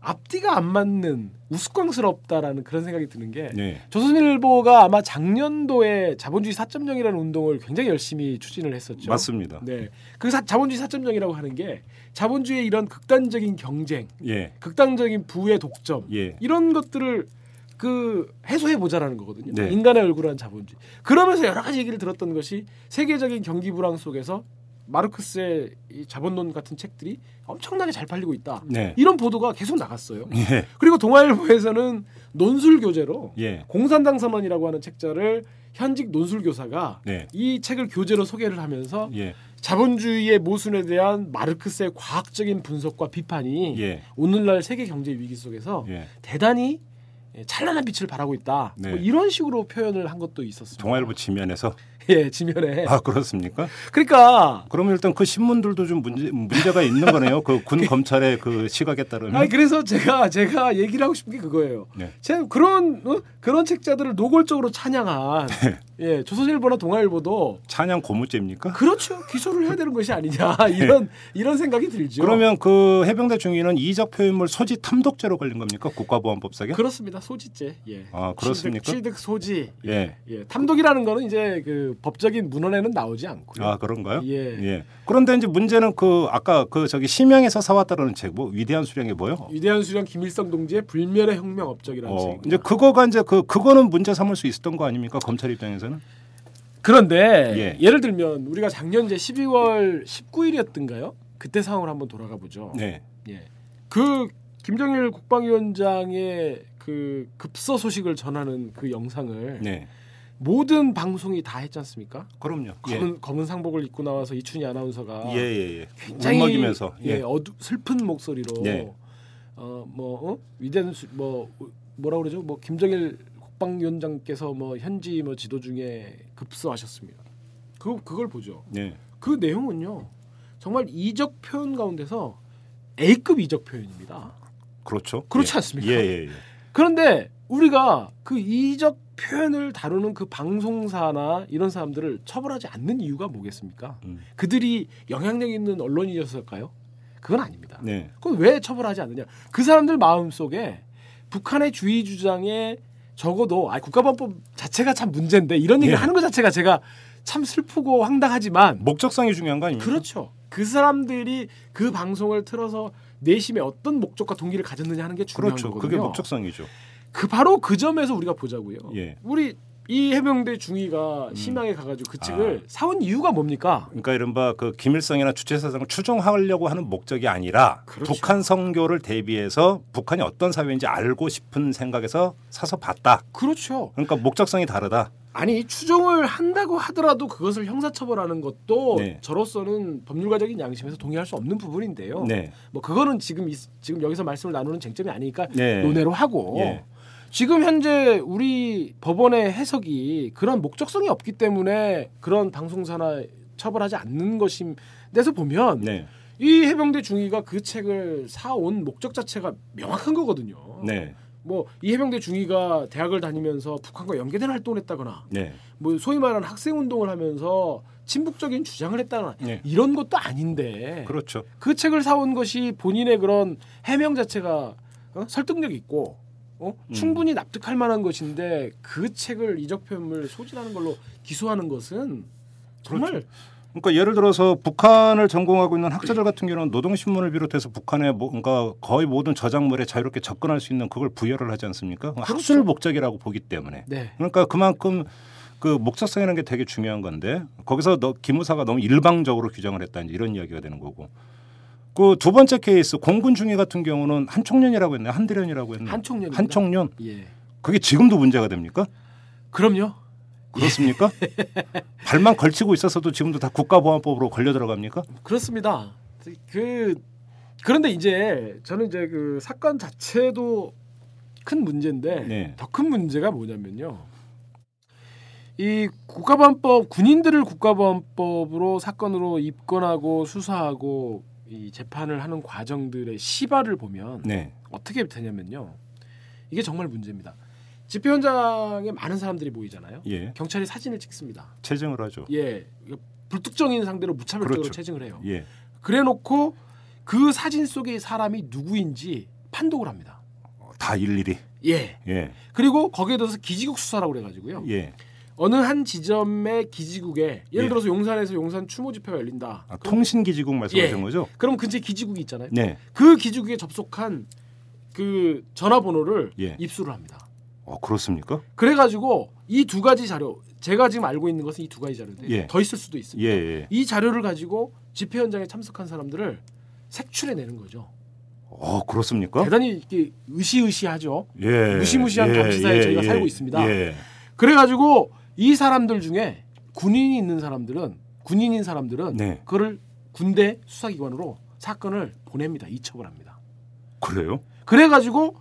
S8: 앞뒤가 안 맞는 우스꽝스럽다라는 그런 생각이 드는 게
S2: 네.
S8: 조선일보가 아마 작년도에 자본주의 4.0이라는 운동을 굉장히 열심히 추진을 했었죠.
S2: 맞습니다.
S8: 네. 그 사- 자본주의 4.0이라고 하는 게 자본주의의 이런 극단적인 경쟁,
S2: 예.
S8: 극단적인 부의 독점
S2: 예.
S8: 이런 것들을 그 해소해 보자라는 거거든요.
S2: 네.
S8: 인간의 얼굴한 자본주의. 그러면서 여러 가지 얘기를 들었던 것이 세계적인 경기 불황 속에서 마르크스의 이 자본론 같은 책들이 엄청나게 잘 팔리고 있다.
S2: 네.
S8: 이런 보도가 계속 나갔어요.
S2: 예.
S8: 그리고 동아일보에서는 논술 교재로
S2: 예.
S8: 공산당 선언이라고 하는 책자를 현직 논술 교사가
S2: 네.
S8: 이 책을 교재로 소개를 하면서
S2: 예.
S8: 자본주의의 모순에 대한 마르크스의 과학적인 분석과 비판이
S2: 예.
S8: 오늘날 세계 경제 위기 속에서
S2: 예.
S8: 대단히 예, 찬란한 빛을 발하고 있다.
S2: 네.
S8: 뭐 이런 식으로 표현을 한 것도 있었습니다.
S2: 동아일보 지면에서
S8: 예, 지면에.
S2: 아 그렇습니까?
S8: 그러니까
S2: 그러면 일단 그 신문들도 좀 문제 문제가 있는 거네요. 그 군 검찰의 그 시각에 따르면
S8: 예. 아니 그래서 제가 제가 얘기를 하고 싶은 게 그거예요.
S2: 네.
S8: 제가 그런 어? 그런 책자들을 노골적으로 찬양한
S2: 네.
S8: 예, 조선일보나 동아일보도
S2: 찬양 고무죄입니까?
S8: 그렇죠. 기소를 해야 되는 것이 아니냐. 이런 이런 생각이 들죠.
S2: 예. 그러면 그 해병대 중위는 이적 표현물 소지 탐독죄로 걸린 겁니까? 국가보안법상에?
S8: 그렇습니다. 소지죄. 예.
S2: 아, 그렇습니까?
S8: 취득, 취득 소지.
S2: 예.
S8: 예. 탐독이라는 거는 이제 그 법적인 문헌에는 나오지 않고요.
S2: 아 그런가요?
S8: 예.
S2: 그런데 이제 문제는 그 아까 그 저기 심양에서 사왔다라는 책 뭐 위대한 수량이 뭐요?
S8: 위대한 수령 김일성 동지의 불멸의 혁명 업적이라는
S2: 어,
S8: 책.
S2: 이제 그거가 이제 그 그거는 문제 삼을 수 있었던 거 아닙니까? 검찰 입장에서는?
S8: 그런데
S2: 예.
S8: 예. 를 들면 우리가 작년 제 12월 19일이었던가요? 그때 상황을 한번 돌아가 보죠.
S2: 네.
S8: 예. 그 김정일 국방위원장의 그 급서 소식을 전하는 그 영상을
S2: 네.
S8: 모든 방송이 다 했지 않습니까?
S2: 그럼요.
S8: 검은, 검은 상복을 입고 나와서 이춘희 아나운서가
S2: 예, 예, 예.
S8: 굉장히
S2: 울먹이면서
S8: 예,
S2: 예.
S8: 어두 슬픈 목소리로
S2: 예.
S8: 어뭐 어? 위대한 수, 뭐 뭐라 그러죠? 뭐 김정일 국방위원장께서 뭐 현지 뭐 지도 중에 급서하셨습니다. 그 그걸 보죠.
S2: 예.
S8: 그 내용은요. 정말 이적 표현 가운데서 A급 이적 표현입니다.
S2: 그렇죠.
S8: 그렇지
S2: 예.
S8: 않습니까?
S2: 예, 예, 예.
S8: 그런데 우리가 그 이적 표현을 다루는 그 방송사나 이런 사람들을 처벌하지 않는 이유가 뭐겠습니까?
S2: 음.
S8: 그들이 영향력 있는 언론이었을까요? 그건 아닙니다.
S2: 네.
S8: 그건 왜 처벌하지 않느냐? 그 사람들 마음 속에 북한의 주의 주장에 적어도 아 국가법법 자체가 참 문제인데 이런 얘기를
S2: 예. 뭐
S8: 하는 것 자체가 제가 참 슬프고 황당하지만
S2: 목적성이 중요한 거 아닙니까?
S8: 그렇죠. 그 사람들이 그 방송을 틀어서 내심에 어떤 목적과 동기를 가졌느냐 하는 게 중요한
S2: 그렇죠.
S8: 거거든요.
S2: 그게 목적성이죠.
S8: 그 바로 그 점에서 우리가 보자고요.
S2: 예. 음.
S8: 우리 이 해병대 중위가 심양에 가가지고
S2: 아.
S8: 그 책을 사온 이유가 뭡니까?
S2: 그러니까 이른바 그 김일성이나 주체 사상을 추종하려고 하는 목적이 아니라
S8: 그렇죠.
S2: 북한 선교를 대비해서 북한이 어떤 사회인지 알고 싶은 생각에서 사서 봤다.
S8: 그렇죠.
S2: 그러니까 목적성이 다르다.
S8: 아니 추종을 한다고 하더라도 그것을 형사처벌하는 것도
S2: 네.
S8: 저로서는 법률가적인 양심에서 동의할 수 없는 부분인데요.
S2: 네.
S8: 뭐 그거는 지금 이- 지금 여기서 말씀을 나누는 쟁점이 아니니까
S2: 네.
S8: 논외로 하고
S2: 예.
S8: 지금 현재 우리 법원의 해석이 그런 목적성이 없기 때문에 그런 방송사나 처벌하지 않는 것임 데서 보면
S2: 네.
S8: 이 해병대 중위가 그 책을 사온 목적 자체가 명확한 거거든요.
S2: 네.
S8: 뭐 이 해병대 중위가 대학을 다니면서 북한과 연계된 활동을 했다거나
S2: 네.
S8: 뭐 소위 말하는 학생 운동을 하면서 친북적인 주장을 했다거나
S2: 네.
S8: 이런 것도 아닌데
S2: 그렇죠.
S8: 그 책을 사온 것이 본인의 그런 해명 자체가 어? 설득력 있고 어?
S2: 음.
S8: 충분히 납득할 만한 것인데 그 책을 이적표현물 소진하는 걸로 기소하는 것은 정말
S2: 그러니까 예를 들어서 북한을 전공하고 있는 학자들 같은 경우는 노동신문을 비롯해서 북한의 뭔가 거의 모든 저작물에 자유롭게 접근할 수 있는 그걸 부여를 하지 않습니까?
S8: 그렇죠.
S2: 학술 목적이라고 보기 때문에.
S8: 네.
S2: 그러니까 그만큼 그 목적성이라는 게 되게 중요한 건데 거기서 너, 기무사가 너무 일방적으로 규정을 했다 이제 이런 이야기가 되는 거고. 그 두 번째 케이스 공군 중위 같은 경우는 한총련이라고 했네 한대련이라고 했네 음.
S8: 한총련입니다.
S2: 한총련
S8: 예.
S2: 그게 지금도 문제가 됩니까?
S8: 그럼요.
S2: 그렇습니까? 발만 걸치고 있어서도 지금도 다 국가보안법으로 걸려 들어갑니까?
S8: 그렇습니다. 그 그런데 이제 저는 이제 그 사건 자체도 큰 문제인데
S2: 네.
S8: 더 큰 문제가 뭐냐면요. 이 국가보안법 군인들을 국가보안법으로 사건으로 입건하고 수사하고 이 재판을 하는 과정들의 시발을 보면
S2: 네.
S8: 어떻게 되냐면요. 이게 정말 문제입니다. 집회 현장에 많은 사람들이 모이잖아요.
S2: 예.
S8: 경찰이 사진을 찍습니다.
S2: 체증을 하죠.
S8: 예. 불특정인 상대로 무차별적으로
S2: 그렇죠.
S8: 체증을 해요.
S2: 예.
S8: 그래놓고 그 사진 속의 사람이 누구인지 판독을 합니다.
S2: 다 일일이.
S8: 예.
S2: 예.
S8: 그리고 거기에 대해서 기지국 수사라고 그래가지고요.
S2: 예.
S8: 어느 한 지점의 기지국에 예를
S2: 예.
S8: 들어서 용산에서 용산 추모 집회가 열린다.
S2: 아,
S8: 그럼,
S2: 통신 기지국 말씀하신
S8: 예.
S2: 거죠?
S8: 그럼 근처에 기지국이 있잖아요.
S2: 네.
S8: 그 기지국에 접속한 그 전화번호를
S2: 예.
S8: 입수를 합니다.
S2: 어, 그렇습니까?
S8: 그래가지고 이 두 가지 자료, 제가 지금 알고 있는 것은 이 두 가지 자료인데
S2: 예.
S8: 더 있을 수도 있습니다.
S2: 예, 예.
S8: 이 자료를 가지고 집회 현장에 참석한 사람들을 색출해내는 거죠.
S2: 어, 그렇습니까?
S8: 대단히 이렇게 으시으시하죠.
S2: 예.
S8: 무시무시한 정치사에 저희가 살고 있습니다. 그래가지고 이 사람들 중에 군인이 있는 사람들은 군인인 사람들은
S2: 네.
S8: 그를 군대 수사기관으로 사건을 보냅니다. 이첩을합니다.
S2: 그래요?
S8: 그래가지고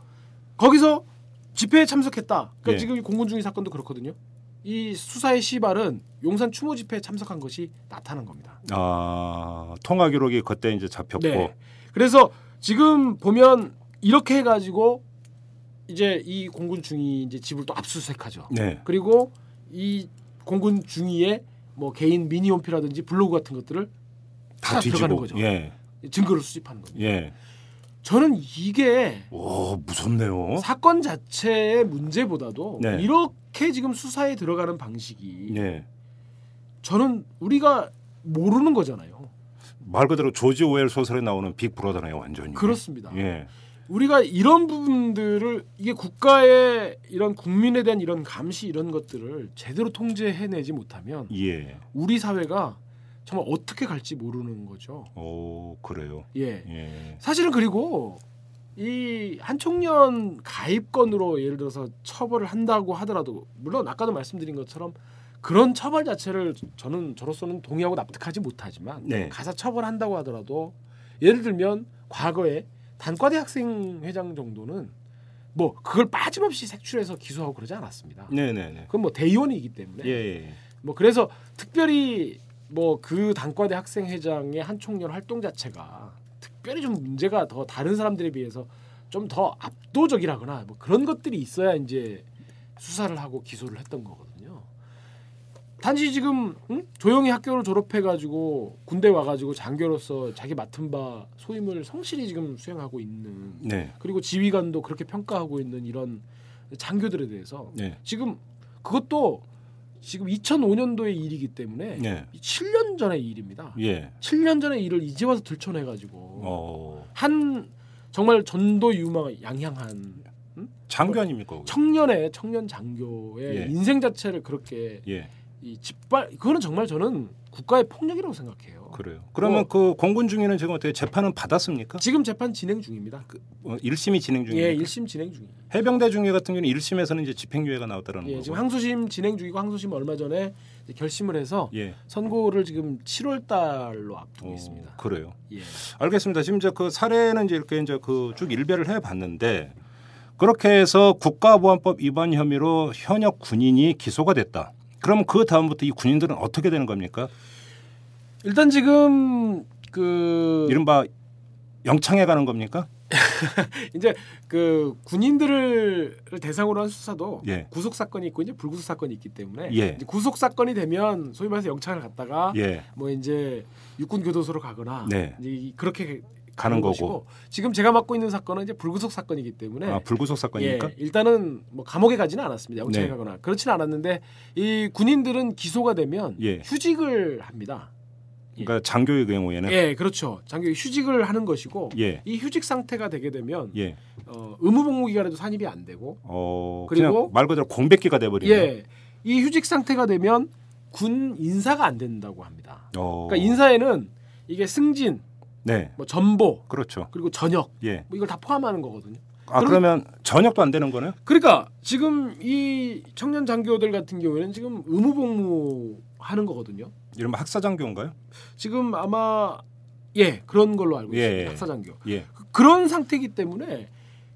S8: 거기서 집회에 참석했다. 그러니까
S2: 예.
S8: 지금 이 공군 중위 사건도 그렇거든요. 이 수사의 시발은 용산 추모 집회에 참석한 것이 나타난 겁니다.
S2: 아, 통화 기록이 그때 이제 잡혔고.
S8: 네. 그래서 지금 보면 이렇게 해가지고 이제 이 공군 중위 이제 집을 또 압수수색하죠.
S2: 네.
S8: 그리고 이 공군 중위의 뭐 개인 미니홈피라든지 블로그 같은 것들을
S2: 다
S8: 다 들어가는 거죠.
S2: 뒤지고. 예.
S8: 증거를 수집하는 겁니다.
S2: 예.
S8: 저는 이게
S2: 오, 무섭네요.
S8: 사건 자체의 문제보다도
S2: 어? 네.
S8: 이렇게 지금 수사에 들어가는 방식이
S2: 예.
S8: 저는 우리가 모르는 거잖아요.
S2: 말 그대로 조지 오웰 소설에 나오는 빅브로더네요, 완전히.
S8: 그렇습니다.
S2: 예.
S8: 우리가 이런 부분들을 이게 국가의 이런 국민에 대한 이런 감시 이런 것들을 제대로 통제해내지 못하면
S2: 예.
S8: 우리 사회가 정말 어떻게 갈지 모르는 거죠.
S2: 오, 그래요.
S8: 예.
S2: 예.
S8: 사실은 그리고 이 한총련 가입 건으로 예를 들어서 처벌을 한다고 하더라도 물론 아까도 말씀드린 것처럼 그런 처벌 자체를 저는 저로서는 동의하고 납득하지 못하지만
S2: 네.
S8: 가사 처벌한다고 하더라도 예를 들면 과거에 단과대 학생 회장 정도는 뭐 그걸 빠짐없이 색출해서 기소하고 그러지 않았습니다.
S2: 네, 네, 네.
S8: 그건 뭐 대의원이기 때문에
S2: 예, 예.
S8: 뭐 그래서 특별히 뭐 그 단과대 학생 회장의 한총련 활동 자체가 특별히 좀 문제가 더 다른 사람들에 비해서 좀 더 압도적이라거나 뭐 그런 것들이 있어야 이제 수사를 하고 기소를 했던 거거든요. 단지 지금 응? 조용히 학교를 졸업해 가지고 군대 와 가지고 장교로서 자기 맡은 바 소임을 성실히 지금 수행하고 있는
S2: 네.
S8: 그리고 지휘관도 그렇게 평가하고 있는 이런 장교들에 대해서
S2: 네.
S8: 지금 그것도 지금 2005년도의 일이기 때문에
S2: 네.
S8: 7년 전의 일입니다.
S2: 예.
S8: 7년 전의 일을 이제 와서 들춰내가지고
S2: 어.
S8: 한 정말 전도 유망 양향한
S2: 장교 아닙니까? 그게?
S8: 청년의 청년 장교의
S2: 예.
S8: 인생 자체를 그렇게
S2: 예.
S8: 이 짓발 그거는 정말 저는 국가의 폭력이라고 생각해요.
S2: 그래요. 그러면
S8: 어.
S2: 그 공군 중위는 지금 어떻게 재판은 받았습니까?
S8: 지금 재판 진행 중입니다.
S2: 어, 1심이 진행 중이에요.
S8: 예, 1심 진행 중입니다.
S2: 해병대 중위 같은 경우는 1심에서는 이제 집행유예가 나왔다는
S8: 예,
S2: 거고.
S8: 지금 항소심 진행 중이고 항소심 얼마 전에 이제 결심을 해서
S2: 예.
S8: 선고를 지금 7월 달로 앞두고
S2: 어,
S8: 있습니다.
S2: 그래요.
S8: 예.
S2: 알겠습니다. 지금 이제 그 사례는 이제 이렇게 이제 그 쭉 일배를 해 봤는데 그렇게 해서 국가보안법 위반 혐의로 현역 군인이 기소가 됐다. 그럼 그 다음부터 이 군인들은 어떻게 되는 겁니까?
S8: 일단 지금 그
S2: 이른바 영창에 가는 겁니까?
S8: 이제 그 군인들을 대상으로 한 수사도
S2: 예.
S8: 구속 사건이 있고 이제 불구속 사건이 있기 때문에
S2: 예.
S8: 이제 구속 사건이 되면 소위 말해서 영창을 갔다가
S2: 예.
S8: 뭐 이제 육군 교도소로 가거나
S2: 네.
S8: 이제 이- 그렇게
S2: 가는 거고.
S8: 것이고 지금 제가 맡고 있는 사건은 이제 불구속 사건이기 때문에
S2: 아 불구속 사건입니까?
S8: 네. 예, 일단은 뭐 감옥에 가지는 않았습니다. 영창에
S2: 네.
S8: 가거나 그렇진 않았는데 이 군인들은 기소가 되면
S2: 예.
S8: 휴직을 합니다.
S2: 그러니까 장교의 경우에는 예.
S8: 예, 그렇죠. 장교 휴직을 하는 것이고
S2: 예.
S8: 이 휴직 상태가 되게 되면
S2: 예.
S8: 어, 의무복무 기간에도 산입이 안 되고
S2: 어,
S8: 그리고-
S2: 그냥 말 그대로 공백기가 돼 버리네요.
S8: 예, 이 휴직 상태가 되면 군 인사가 안 된다고 합니다.
S2: 어.
S8: 그러니까 인사에는 이게 승진,
S2: 네.
S8: 뭐 전보,
S2: 그렇죠.
S8: 그리고 전역
S2: 예.
S8: 뭐 이걸 다 포함하는 거거든요.
S2: 아
S8: 그럼-
S2: 그러면 전역도 안 되는 거네요?
S8: 그러니까 지금 이 청년 장교들 같은 경우에는 지금 의무복무 하는 거거든요.
S2: 이러면 학사 장교인가요?
S8: 지금 아마 예 그런 걸로 알고
S2: 예, 예.
S8: 있습니다. 학사장교
S2: 예.
S8: 그- 그런 상태이기 때문에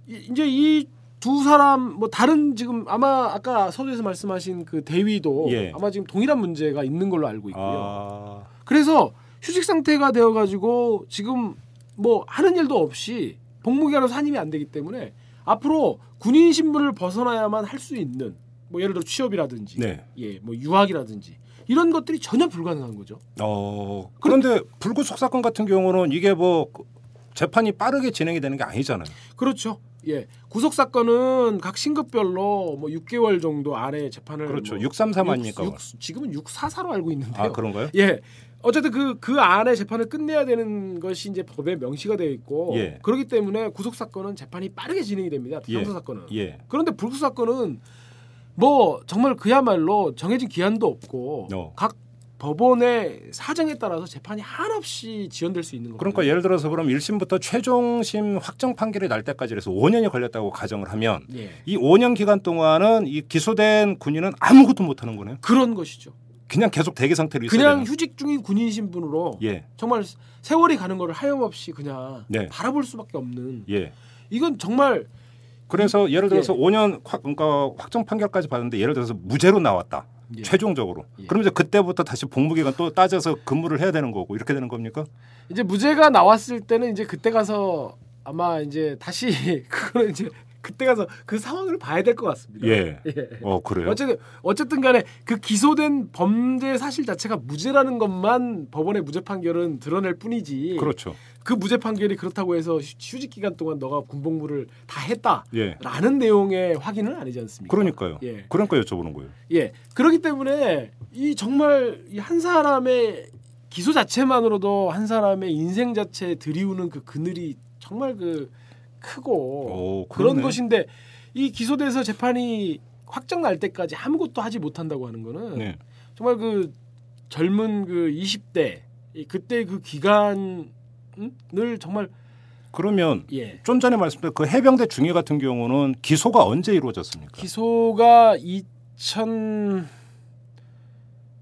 S8: 이- 이제 이 두 사람 뭐 다른 지금 아마 아까 서두에서 말씀하신 그 대위도
S2: 예.
S8: 아마 지금 동일한 문제가 있는 걸로 알고 있고요.
S2: 아.
S8: 그래서 휴직 상태가 되어 가지고 지금 뭐 하는 일도 없이 복무기간으로 산임이 안 되기 때문에 앞으로 군인 신분을 벗어나야만 할 수 있는 뭐 예를 들어 취업이라든지
S2: 네.
S8: 예 뭐 유학이라든지 이런 것들이 전혀 불가능한 거죠.
S2: 어. 그런데 불구속 사건 같은 경우는 이게 뭐 재판이 빠르게 진행이 되는 게 아니잖아요.
S8: 그렇죠. 예. 구속 사건은 각 신급별로 뭐 6개월 정도 안에 재판을
S2: 그렇죠.
S8: 뭐
S2: 633 아닙니까?
S8: 육- 육- 지금은 644로 알고 있는데요.
S2: 아, 그런가요?
S8: 예. 어쨌든 그 그 안에 재판을 끝내야 되는 것이 이제 법에 명시가 되어 있고
S2: 예.
S8: 그렇기 때문에 구속 사건은 재판이 빠르게 진행이 됩니다.
S2: 예.
S8: 형사 사건은.
S2: 예.
S8: 그런데 불구속 사건은 뭐 정말 그야말로 정해진 기한도 없고
S2: 어.
S8: 각 법원의 사정에 따라서 재판이 한없이 지연될 수 있는 거거든요.
S2: 그러니까 예를 들어서 그럼 1심부터 최종심 확정 판결이 날 때까지 해서 5년이 걸렸다고 가정을 하면
S8: 예.
S2: 이 5년 기간 동안은 이 기소된 군인은 아무것도 못 하는 거네요.
S8: 그런 것이죠.
S2: 그냥 계속 대기 상태로 있어야
S8: 그냥
S2: 되는
S8: 휴직 중인 군인 신분으로
S2: 예.
S8: 정말 세월이 가는 거를 하염없이 그냥
S2: 네.
S8: 바라볼 수밖에 없는
S2: 예.
S8: 이건 정말
S2: 그래서 예를 들어서
S8: 예.
S2: 5년 확, 그러니까 확정 판결까지 받았는데 예를 들어서 무죄로 나왔다.
S8: 예.
S2: 최종적으로.
S8: 예.
S2: 그럼 이제 그때부터 다시 복무 기간 또 따져서 근무를 해야 되는 거고 이렇게 되는 겁니까?
S8: 이제 무죄가 나왔을 때는 이제 그때 가서 아마 이제 다시 그거는 이제 그때 가서 그 상황을 봐야 될 것 같습니다.
S2: 예.
S8: 예.
S2: 어, 그래요.
S8: 어쨌든 어쨌든 간에 그 기소된 범죄 사실 자체가 무죄라는 것만 법원의 무죄 판결은 드러낼 뿐이지
S2: 그렇죠.
S8: 그 무죄 판결이 그렇다고 해서 휴- 휴직 기간 동안 너가 군복무를 다 했다라는
S2: 예.
S8: 내용의 확인은 아니지 않습니까?
S2: 그러니까요.
S8: 예.
S2: 그러니까 여쭤보는 거예요.
S8: 예. 그렇기 때문에 이 정말 이 한 사람의 기소 자체만으로도 한 사람의 인생 자체에 들이우는 그 그늘이 정말 그 크고
S2: 오,
S8: 어, 그런
S2: 그러네.
S8: 것인데 이 기소돼서 재판이 확정 날 때까지 아무것도 하지 못한다고 하는 거는
S2: 네.
S8: 정말 그 젊은 그 20대 이 그때 그 기간을 정말
S2: 그러면
S8: 예.
S2: 좀 전에 말씀드린 그 해병대 중위 같은 경우는 기소가 언제 이루어졌습니까?
S8: 기소가 2000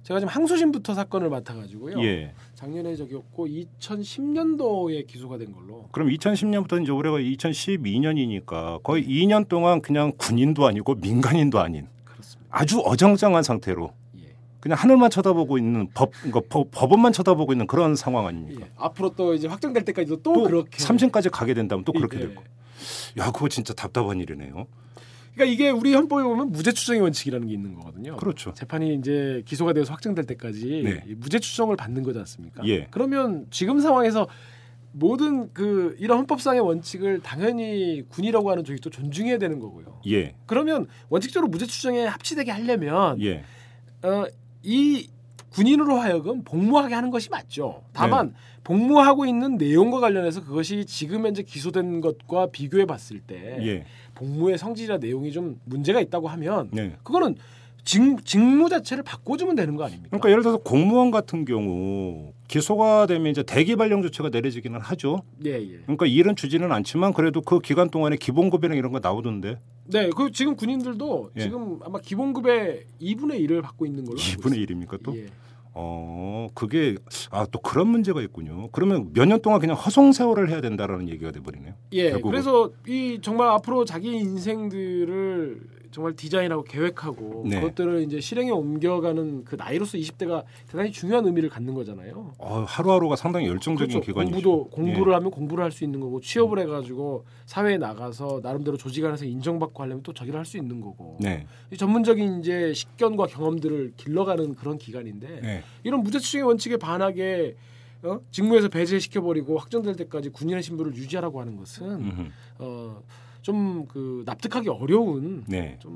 S8: 제가 지금 항소심부터 사건을 맡아 가지고요.
S2: 예.
S8: 작년에 저기였고 2010년도에 기소가 된 걸로.
S2: 그럼 2010년부터 이제 올해가 2012년이니까 거의
S8: 네.
S2: 2년 동안 그냥 군인도 아니고 민간인도 아닌
S8: 그렇습니다.
S2: 아주 어정쩡한 상태로
S8: 예.
S2: 그냥 하늘만 쳐다보고 있는 법, 그러니까 법- 법원만 쳐다보고 있는 그런 상황 아닙니까?
S8: 예. 앞으로 또 이제 확정될 때까지도 또,
S2: 또
S8: 그렇게
S2: 삼진까지 가게 된다면 또 그렇게
S8: 예.
S2: 될 거. 야, 그거 진짜 답답한 일이네요.
S8: 그러니까 이게 우리 헌법에 보면 무죄 추정의 원칙이라는 게 있는 거거든요.
S2: 그렇죠.
S8: 재판이 이제 기소가 돼서 확정될 때까지
S2: 네.
S8: 이 무죄 추정을 받는 거지 않습니까?
S2: 예.
S8: 그러면 지금 상황에서 모든 그 이런 헌법상의 원칙을 당연히 군이라고 하는 조직도 존중해야 되는 거고요.
S2: 예,
S8: 그러면 원칙적으로 무죄 추정에 합치되게 하려면
S2: 예,
S8: 어, 이 군인으로 하여금 복무하게 하는 것이 맞죠.
S2: 네.
S8: 다만 복무하고 있는 내용과 관련해서 그것이 지금 현재 기소된 것과 비교해 봤을 때
S2: 예,
S8: 복무의 성질이나 내용이 좀 문제가 있다고 하면
S2: 예.
S8: 그거는 직, 직무 자체를 바꿔주면 되는 거 아닙니까?
S2: 그러니까 예를 들어서 공무원 같은 경우 기소가 되면 이제 대기 발령 조치가 내려지기는 하죠.
S8: 예, 예.
S2: 그러니까 일은 주지는 않지만 그래도 그 기간 동안에 기본급이랑 이런 거 나오던데
S8: 네, 그 지금 군인들도
S2: 예.
S8: 지금 아마 기본급의 2분의 1을 받고 있는 걸로 알고
S2: 2분의
S8: 있습니다.
S2: 1입니까 또?
S8: 예.
S2: 어 그게 아 또 그런 문제가 있군요. 그러면 몇 년 동안 그냥 허송 세월을 해야 된다라는 얘기가 돼버리네요.
S8: 예,
S2: 결국은.
S8: 그래서 이 정말 앞으로 자기 인생들을 정말 디자인하고 계획하고
S2: 네.
S8: 그것들을 이제 실행에 옮겨가는 그 나이로서 20대가 대단히 중요한 의미를 갖는 거잖아요.
S2: 어, 하루하루가 상당히 열정적인
S8: 그렇죠.
S2: 기간이죠. 예.
S8: 공부도 공부를 하면 공부를 할 수 있는 거고 취업을 해가지고 사회에 나가서 나름대로 조직 안에서 인정받고 하려면 또 저기를 할 수 있는 거고
S2: 예. 네.
S8: 이 전문적인 이제 식견과 경험들을 길러가는 그런 기간인데
S2: 네.
S8: 이런 무죄추정의 원칙에 반하게 어, 어? 직무에서 배제시켜버리고 확정될 때까지 군인의 신분을 유지하라고 하는 것은
S2: 음흠.
S8: 어, 좀 그 납득하기 어려운
S2: 네.
S8: 좀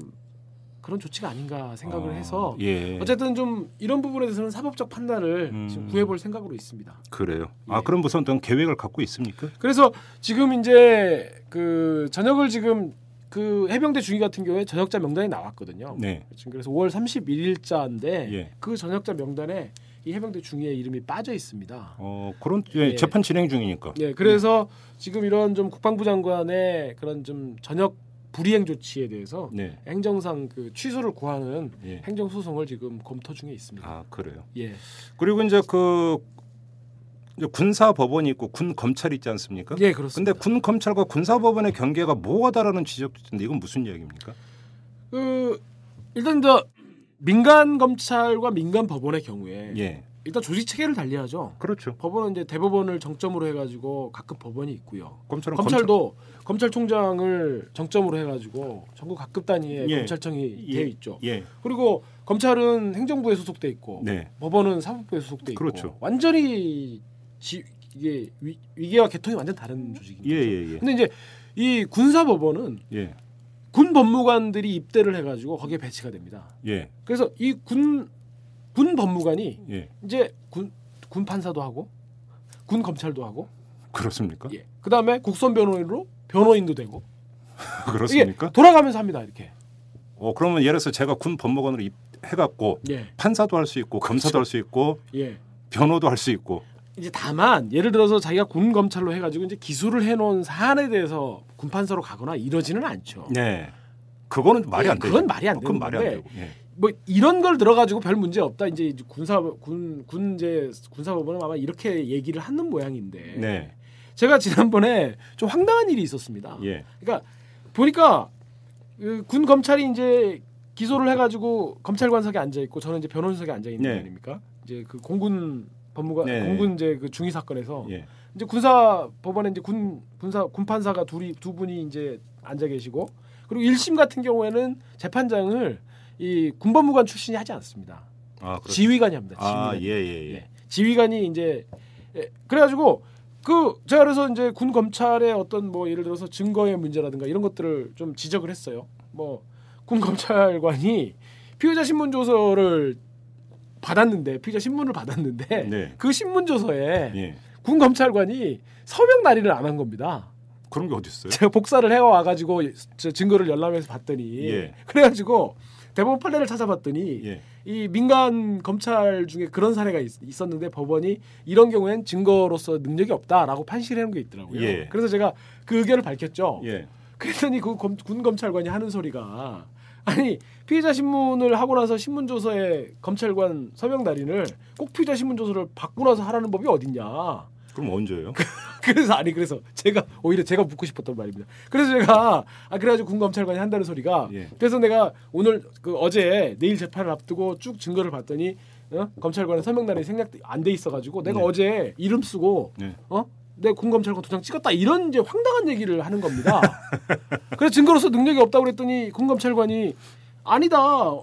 S8: 그런 조치가 아닌가 생각을
S2: 어,
S8: 해서
S2: 예.
S8: 어쨌든 좀 이런 부분에 대해서는 사법적 판단을
S2: 음.
S8: 지금 구해볼 생각으로 있습니다.
S2: 그래요.
S8: 예.
S2: 아 그럼 무슨 어떤 계획을 갖고 있습니까?
S8: 그래서 지금 이제 그 저녁을 지금 그 해병대 중위 같은 경우에 저녁자 명단이 나왔거든요.
S2: 네.
S8: 지금 그래서 5월 31일자인데
S2: 예.
S8: 그 전역자 명단에 이 해병대 중위의 이름이 빠져 있습니다.
S2: 어 그런 예,
S8: 예.
S2: 재판 진행 중이니까.
S8: 예, 그래서 지금 이런 좀 국방부 장관의 그런 좀 전역 불이행 조치에 대해서
S2: 네.
S8: 행정상 그 취소를 구하는
S2: 예.
S8: 행정 소송을 지금 검토 중에 있습니다.
S2: 아 그래요.
S8: 예,
S2: 그리고 이제 그 이제 군사 법원이 있고 군 검찰이 있지 않습니까?
S8: 예,
S2: 근데
S8: 그렇습니다.
S2: 군 검찰과 군사 법원의 경계가 뭐가다라는 지적도 있는데 이건 무슨 이야기입니까?
S8: 그 일단 저 민간 검찰과 민간 법원의 경우에
S2: 예.
S8: 일단 조직 체계를 달리하죠.
S2: 그렇죠.
S8: 법원은 이제 대법원을 정점으로 해가지고 각급 법원이 있고요.
S2: 검찰은
S8: 검찰도 검찰... 총장을 정점으로 해가지고 전국 각급 단위의
S2: 예.
S8: 검찰청이
S2: 예.
S8: 되어 있죠.
S2: 검찰- 예.
S8: 그리고 검찰은 행정부에 소속돼 있고
S2: 네.
S8: 법원은 사법부에 소속돼 있고
S2: 그렇죠.
S8: 완전히 지, 이게 위, 위계와 개통이 완전 다른 조직인
S2: 예,
S8: 거죠.
S2: 예,
S8: 근데 이제 이 군사법원은
S2: 예. 예.
S8: 군 법무관들이 입대를 해가지고 거기에 배치가 됩니다.
S2: 예.
S8: 그래서 이 군 군 법무관이
S2: 예.
S8: 이제 군, 군 판사도 하고 군 검찰도 하고
S2: 그렇습니까?
S8: 예. 그다음에 국선 변호인으로 변호인도 되고
S2: 그렇습니까?
S8: 이게 돌아가면서 합니다 이렇게.
S2: 어 그러면 예를 들어서 제가 군 법무관으로 입- 해갖고
S8: 예,
S2: 판사도 할 수 있고 검사도 할 수 있고
S8: 예.
S2: 변호도 할 수 있고
S8: 이제 다만 예를 들어서 자기가 군 검찰로 해가지고 이제 기소를 해놓은 사안에 대해서 군 판사로 가거나 이러지는 않죠.
S2: 네. 그거는 말이
S8: 예,
S2: 안 돼요.
S8: 그건 말이 안
S2: 그건
S8: 되는
S2: 말이 안
S8: 건데.
S2: 되고. 예.
S8: 뭐 이런 걸 들어가지고 별 문제 없다. 이제 이제 군사 군 군제 군사법원은 아마 이렇게 얘기를 하는 모양인데.
S2: 네.
S8: 제가 지난번에 좀 황당한 일이 있었습니다.
S2: 예.
S8: 그러니까 보니까 그군 검찰이 이제 기소를 해가지고 검찰관석에 앉아 있고 저는 이제 변호인석에 앉아 있는
S2: 네.
S8: 거 아닙니까? 이제 그 공군 법무관
S2: 네.
S8: 공군 이제 그 중위 사건에서
S2: 예.
S8: 이제 군사 법원에 이제 군 군사 군판사가 둘이 두 분이 이제 앉아 계시고 그리고 1심 같은 경우에는 재판장을 이 군법무관 출신이 하지 않습니다.
S2: 아, 그렇
S8: 지휘관이 합니다.
S2: 아,
S8: 지휘관.
S2: 예, 예, 예.
S8: 예. 지휘관이 이제 예, 그래가지고 그 제가 그래서 이제 군 검찰의 어떤 뭐 예를 들어서 증거의 문제라든가 이런 것들을 좀 지적을 했어요. 뭐 군 검찰관이 피의자 신문 조서를 받았는데 피의자 신문을 받았는데
S2: 네.
S8: 그 신문 조서에
S2: 예.
S8: 군 검찰관이 서명 날인을 안 한 겁니다.
S2: 그런 게 어디 있어요?
S8: 제가 복사를 해와 가지고 증거를 열람해서 봤더니
S2: 예.
S8: 그래가지고 대법원 판례를 찾아봤더니
S2: 예.
S8: 이 민간 검찰 중에 그런 사례가 있, 었는데 법원이 이런 경우엔 증거로서 능력이 없다라고 판시를 해놓은 게 있더라고요.
S2: 예.
S8: 그래서 제가 그 의견을 밝혔죠.
S2: 예.
S8: 그랬더니 그 군 검찰관이 하는 소리가 아니 피해자 신문을 하고 나서 신문 조서에 검찰관 서명 날인을 꼭 피해자 신문 조서를 받고 나서 하라는 법이 어딨냐.
S2: 그럼 언제요?
S8: 그래서 아니 그래서 제가 오히려 제가 묻고 싶었던 말입니다. 그래서 제가 아 그래가지고 군 검찰관이 한다는 소리가
S2: 예.
S8: 그래서 내가 오늘 그 어제 내일 재판을 앞두고 쭉 증거를 봤더니 어? 검찰관의 서명란이 생략 안 돼 있어가지고 내가
S2: 네.
S8: 어제 이름 쓰고
S2: 네.
S8: 어내군 검찰관 도장 찍었다 이런 이제 황당한 얘기를 하는 겁니다. 그래서 증거로서 능력이 없다고 그랬더니 군 검찰관이 아니다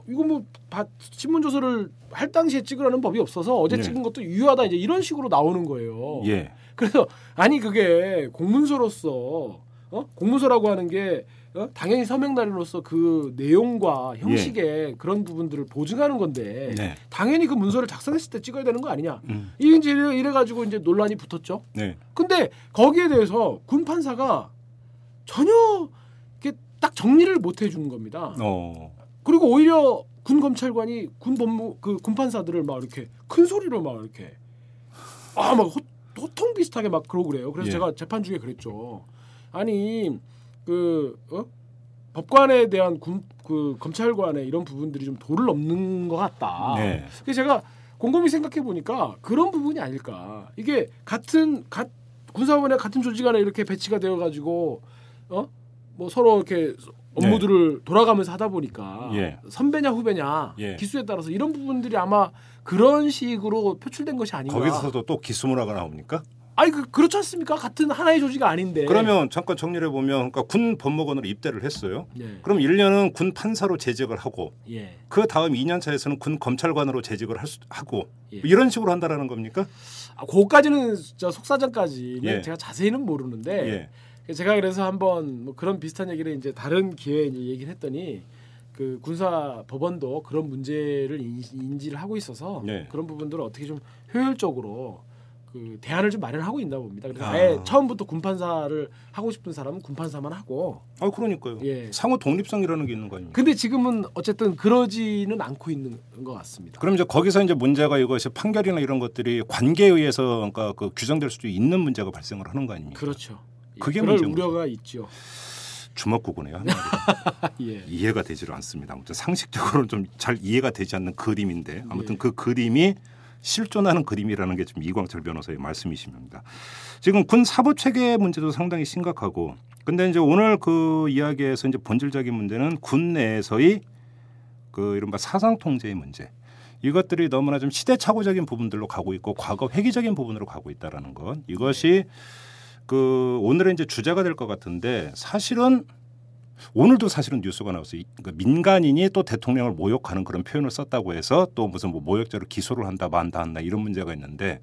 S8: 이거 뭐 바- 신문 조서를 할 당시에 찍으라는 법이 없어서 어제
S2: 네.
S8: 찍은 것도 유효하다 이제 이런 식으로 나오는 거예요.
S2: 예.
S8: 그래서 아니 그게 공문서로서 어? 공문서라고 하는 게 어? 당연히 서명단위로서 그 내용과 형식의 그런 부분들을 보증하는 건데
S2: 예. 네.
S8: 당연히 그 문서를 작성했을 때 찍어야 되는 거 아니냐
S2: 음.
S8: 이 이제 이래 가지고 이제 논란이 붙었죠.
S2: 네.
S8: 근데 거기에 대해서 군 판사가 전혀 이렇게 딱 정리를 못 해주는 겁니다.
S2: 어.
S8: 그리고 오히려 군 검찰관이 군 법무 그군 판사들을 막 이렇게 큰 소리로 막 이렇게 아 막 호통 비슷하게 막 그러고 그래요. 그래서
S2: 예.
S8: 제가 재판 중에 그랬죠. 아니 그 어? 법관에 대한 군, 그 검찰관의 이런 부분들이 좀 도를 넘는 것 같다.
S2: 네.
S8: 그 제가 곰곰이 생각해 보니까 그런 부분이 아닐까. 이게 같은 갓 군사원의 같은 조직 안에 이렇게 배치가 되어 가지고 어 뭐 서로
S2: 네.
S8: 이렇게 업무들을 돌아가면서 하다 보니까
S2: 예.
S8: 선배냐 후배냐
S2: 예.
S8: 기수에 따라서 이런 부분들이 아마 그런 식으로 표출된 것이 아닌가.
S2: 거기서도 또 기수문화가 나옵니까?
S8: 아니 그, 그렇지 않습니까? 같은 하나의 조지가 아닌데.
S2: 그러면 잠깐 정리해 보면 그러니까 군 법무관으로 입대를 했어요.
S8: 예.
S2: 그럼 1년은 군 판사로 재직을 하고
S8: 예.
S2: 그 다음 2년 차에서는 군 검찰관으로 재직을 할 수, 하고
S8: 예.
S2: 뭐 이런 식으로 한다라는 겁니까?
S8: 아, 그거까지는 진짜 속사정까지는
S2: 예.
S8: 제가 자세히는 모르는데 제가 그래서 한번 뭐 그런 비슷한 얘기를 이제 다른 기회에 이제 얘기를 했더니 그 군사 법원도 그런 문제를 인- 인지를 하고 있어서
S2: 예.
S8: 그런 부분들을 어떻게 좀 효율적으로 그 대안을 좀 마련하고 있나 봅니다. 그래서
S2: 아.
S8: 아예 처음부터 군판사를 하고 싶은 사람은 군판사만 하고
S2: 아 그러니까요.
S8: 예.
S2: 상호 독립성이라는 게 있는 거 아닙니까?
S8: 근데 지금은 어쨌든 그러지는 않고 있는 것 같습니다.
S2: 그럼 이제 거기서 이제 문제가 이것이 판결이나 이런 것들이 관계에 의해서 그러니까 그 규정될 수도 있는 문제가 발생을 하는 거 아닙니까?
S8: 그렇죠. 예,
S2: 그게
S8: 그럴
S2: 문제인
S8: 우려가 있죠.
S2: 주먹구구네요. 한마디로.
S8: 예.
S2: 이해가 되지를 않습니다. 아무튼 상식적으로는 좀 잘 이해가 되지 않는 그림인데 아무튼
S8: 예.
S2: 그 그림이 실존하는 그림이라는 게 지금 이광철 변호사의 말씀이십니다. 지금 군 사법 체계 문제도 상당히 심각하고 근데 이제 오늘 그 이야기에서 이제 본질적인 문제는 군 내에서의 그 이른바 사상 통제의 문제 이것들이 너무나 좀 시대착오적인 부분들로 가고 있고 과거 회기적인 부분으로 가고 있다라는 것 이것이 그 오늘의 이제 주제가 될 것 같은데 사실은 오늘도 사실은 뉴스가 나왔어요. 그 민간인이 또 대통령을 모욕하는 그런 표현을 썼다고 해서 또 무슨 뭐 모욕죄로 기소를 한다 만다 한다 이런 문제가 있는데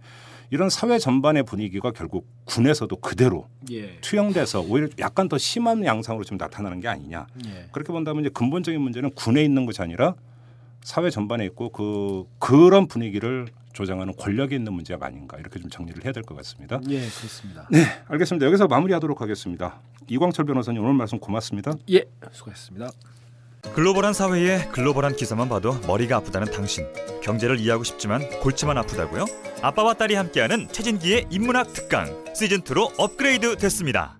S2: 이런 사회 전반의 분위기가 결국 군에서도 그대로
S8: 예.
S2: 투영돼서 오히려 약간 더 심한 양상으로 지금 나타나는 게 아니냐.
S8: 예.
S2: 그렇게 본다면 이제 근본적인 문제는 군에 있는 것이 아니라 사회 전반에 있고 그 그런 분위기를 조장하는 권력이 있는 문제가 아닌가 이렇게 좀 정리를 해야 될 것 같습니다.
S8: 예, 그렇습니다.
S2: 네. 알겠습니다. 여기서 마무리하도록 하겠습니다. 이광철 변호사님 오늘 말씀 고맙습니다.
S8: 예, 수고했습니다.
S9: 글로벌한 사회에 글로벌한 기사만 봐도 머리가 아프다는 당신. 경제를 이해하고 싶지만 골치만 아프다고요? 아빠와 딸이 함께하는 최진기의 인문학 특강 시즌 2로 업그레이드 됐습니다.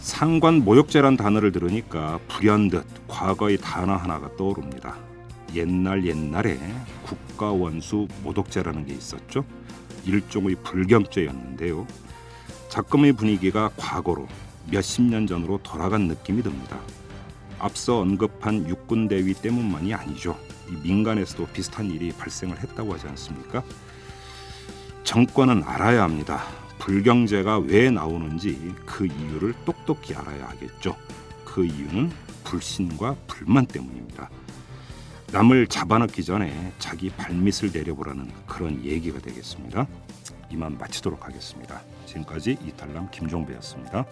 S2: 상관 모욕죄란 단어를 들으니까 불현듯 과거의 단어 하나가 떠오릅니다. 옛날 옛날에 국가 원수 모독죄라는 게 있었죠. 일종의 불경죄였는데요. 작금의 분위기가 과거로 몇십 년 전으로 돌아간 느낌이 듭니다. 앞서 언급한 육군 대위 때문만이 아니죠. 이 민간에서도 비슷한 일이 발생을 했다고 하지 않습니까? 정권은 알아야 합니다. 불경제가 왜 나오는지 그 이유를 똑똑히 알아야 하겠죠. 그 이유는 불신과 불만 때문입니다. 남을 잡아넣기 전에 자기 발밑을 내려보라는 그런 얘기가 되겠습니다. 이만 마치도록 하겠습니다. 지금까지 이탈남 김종배였습니다.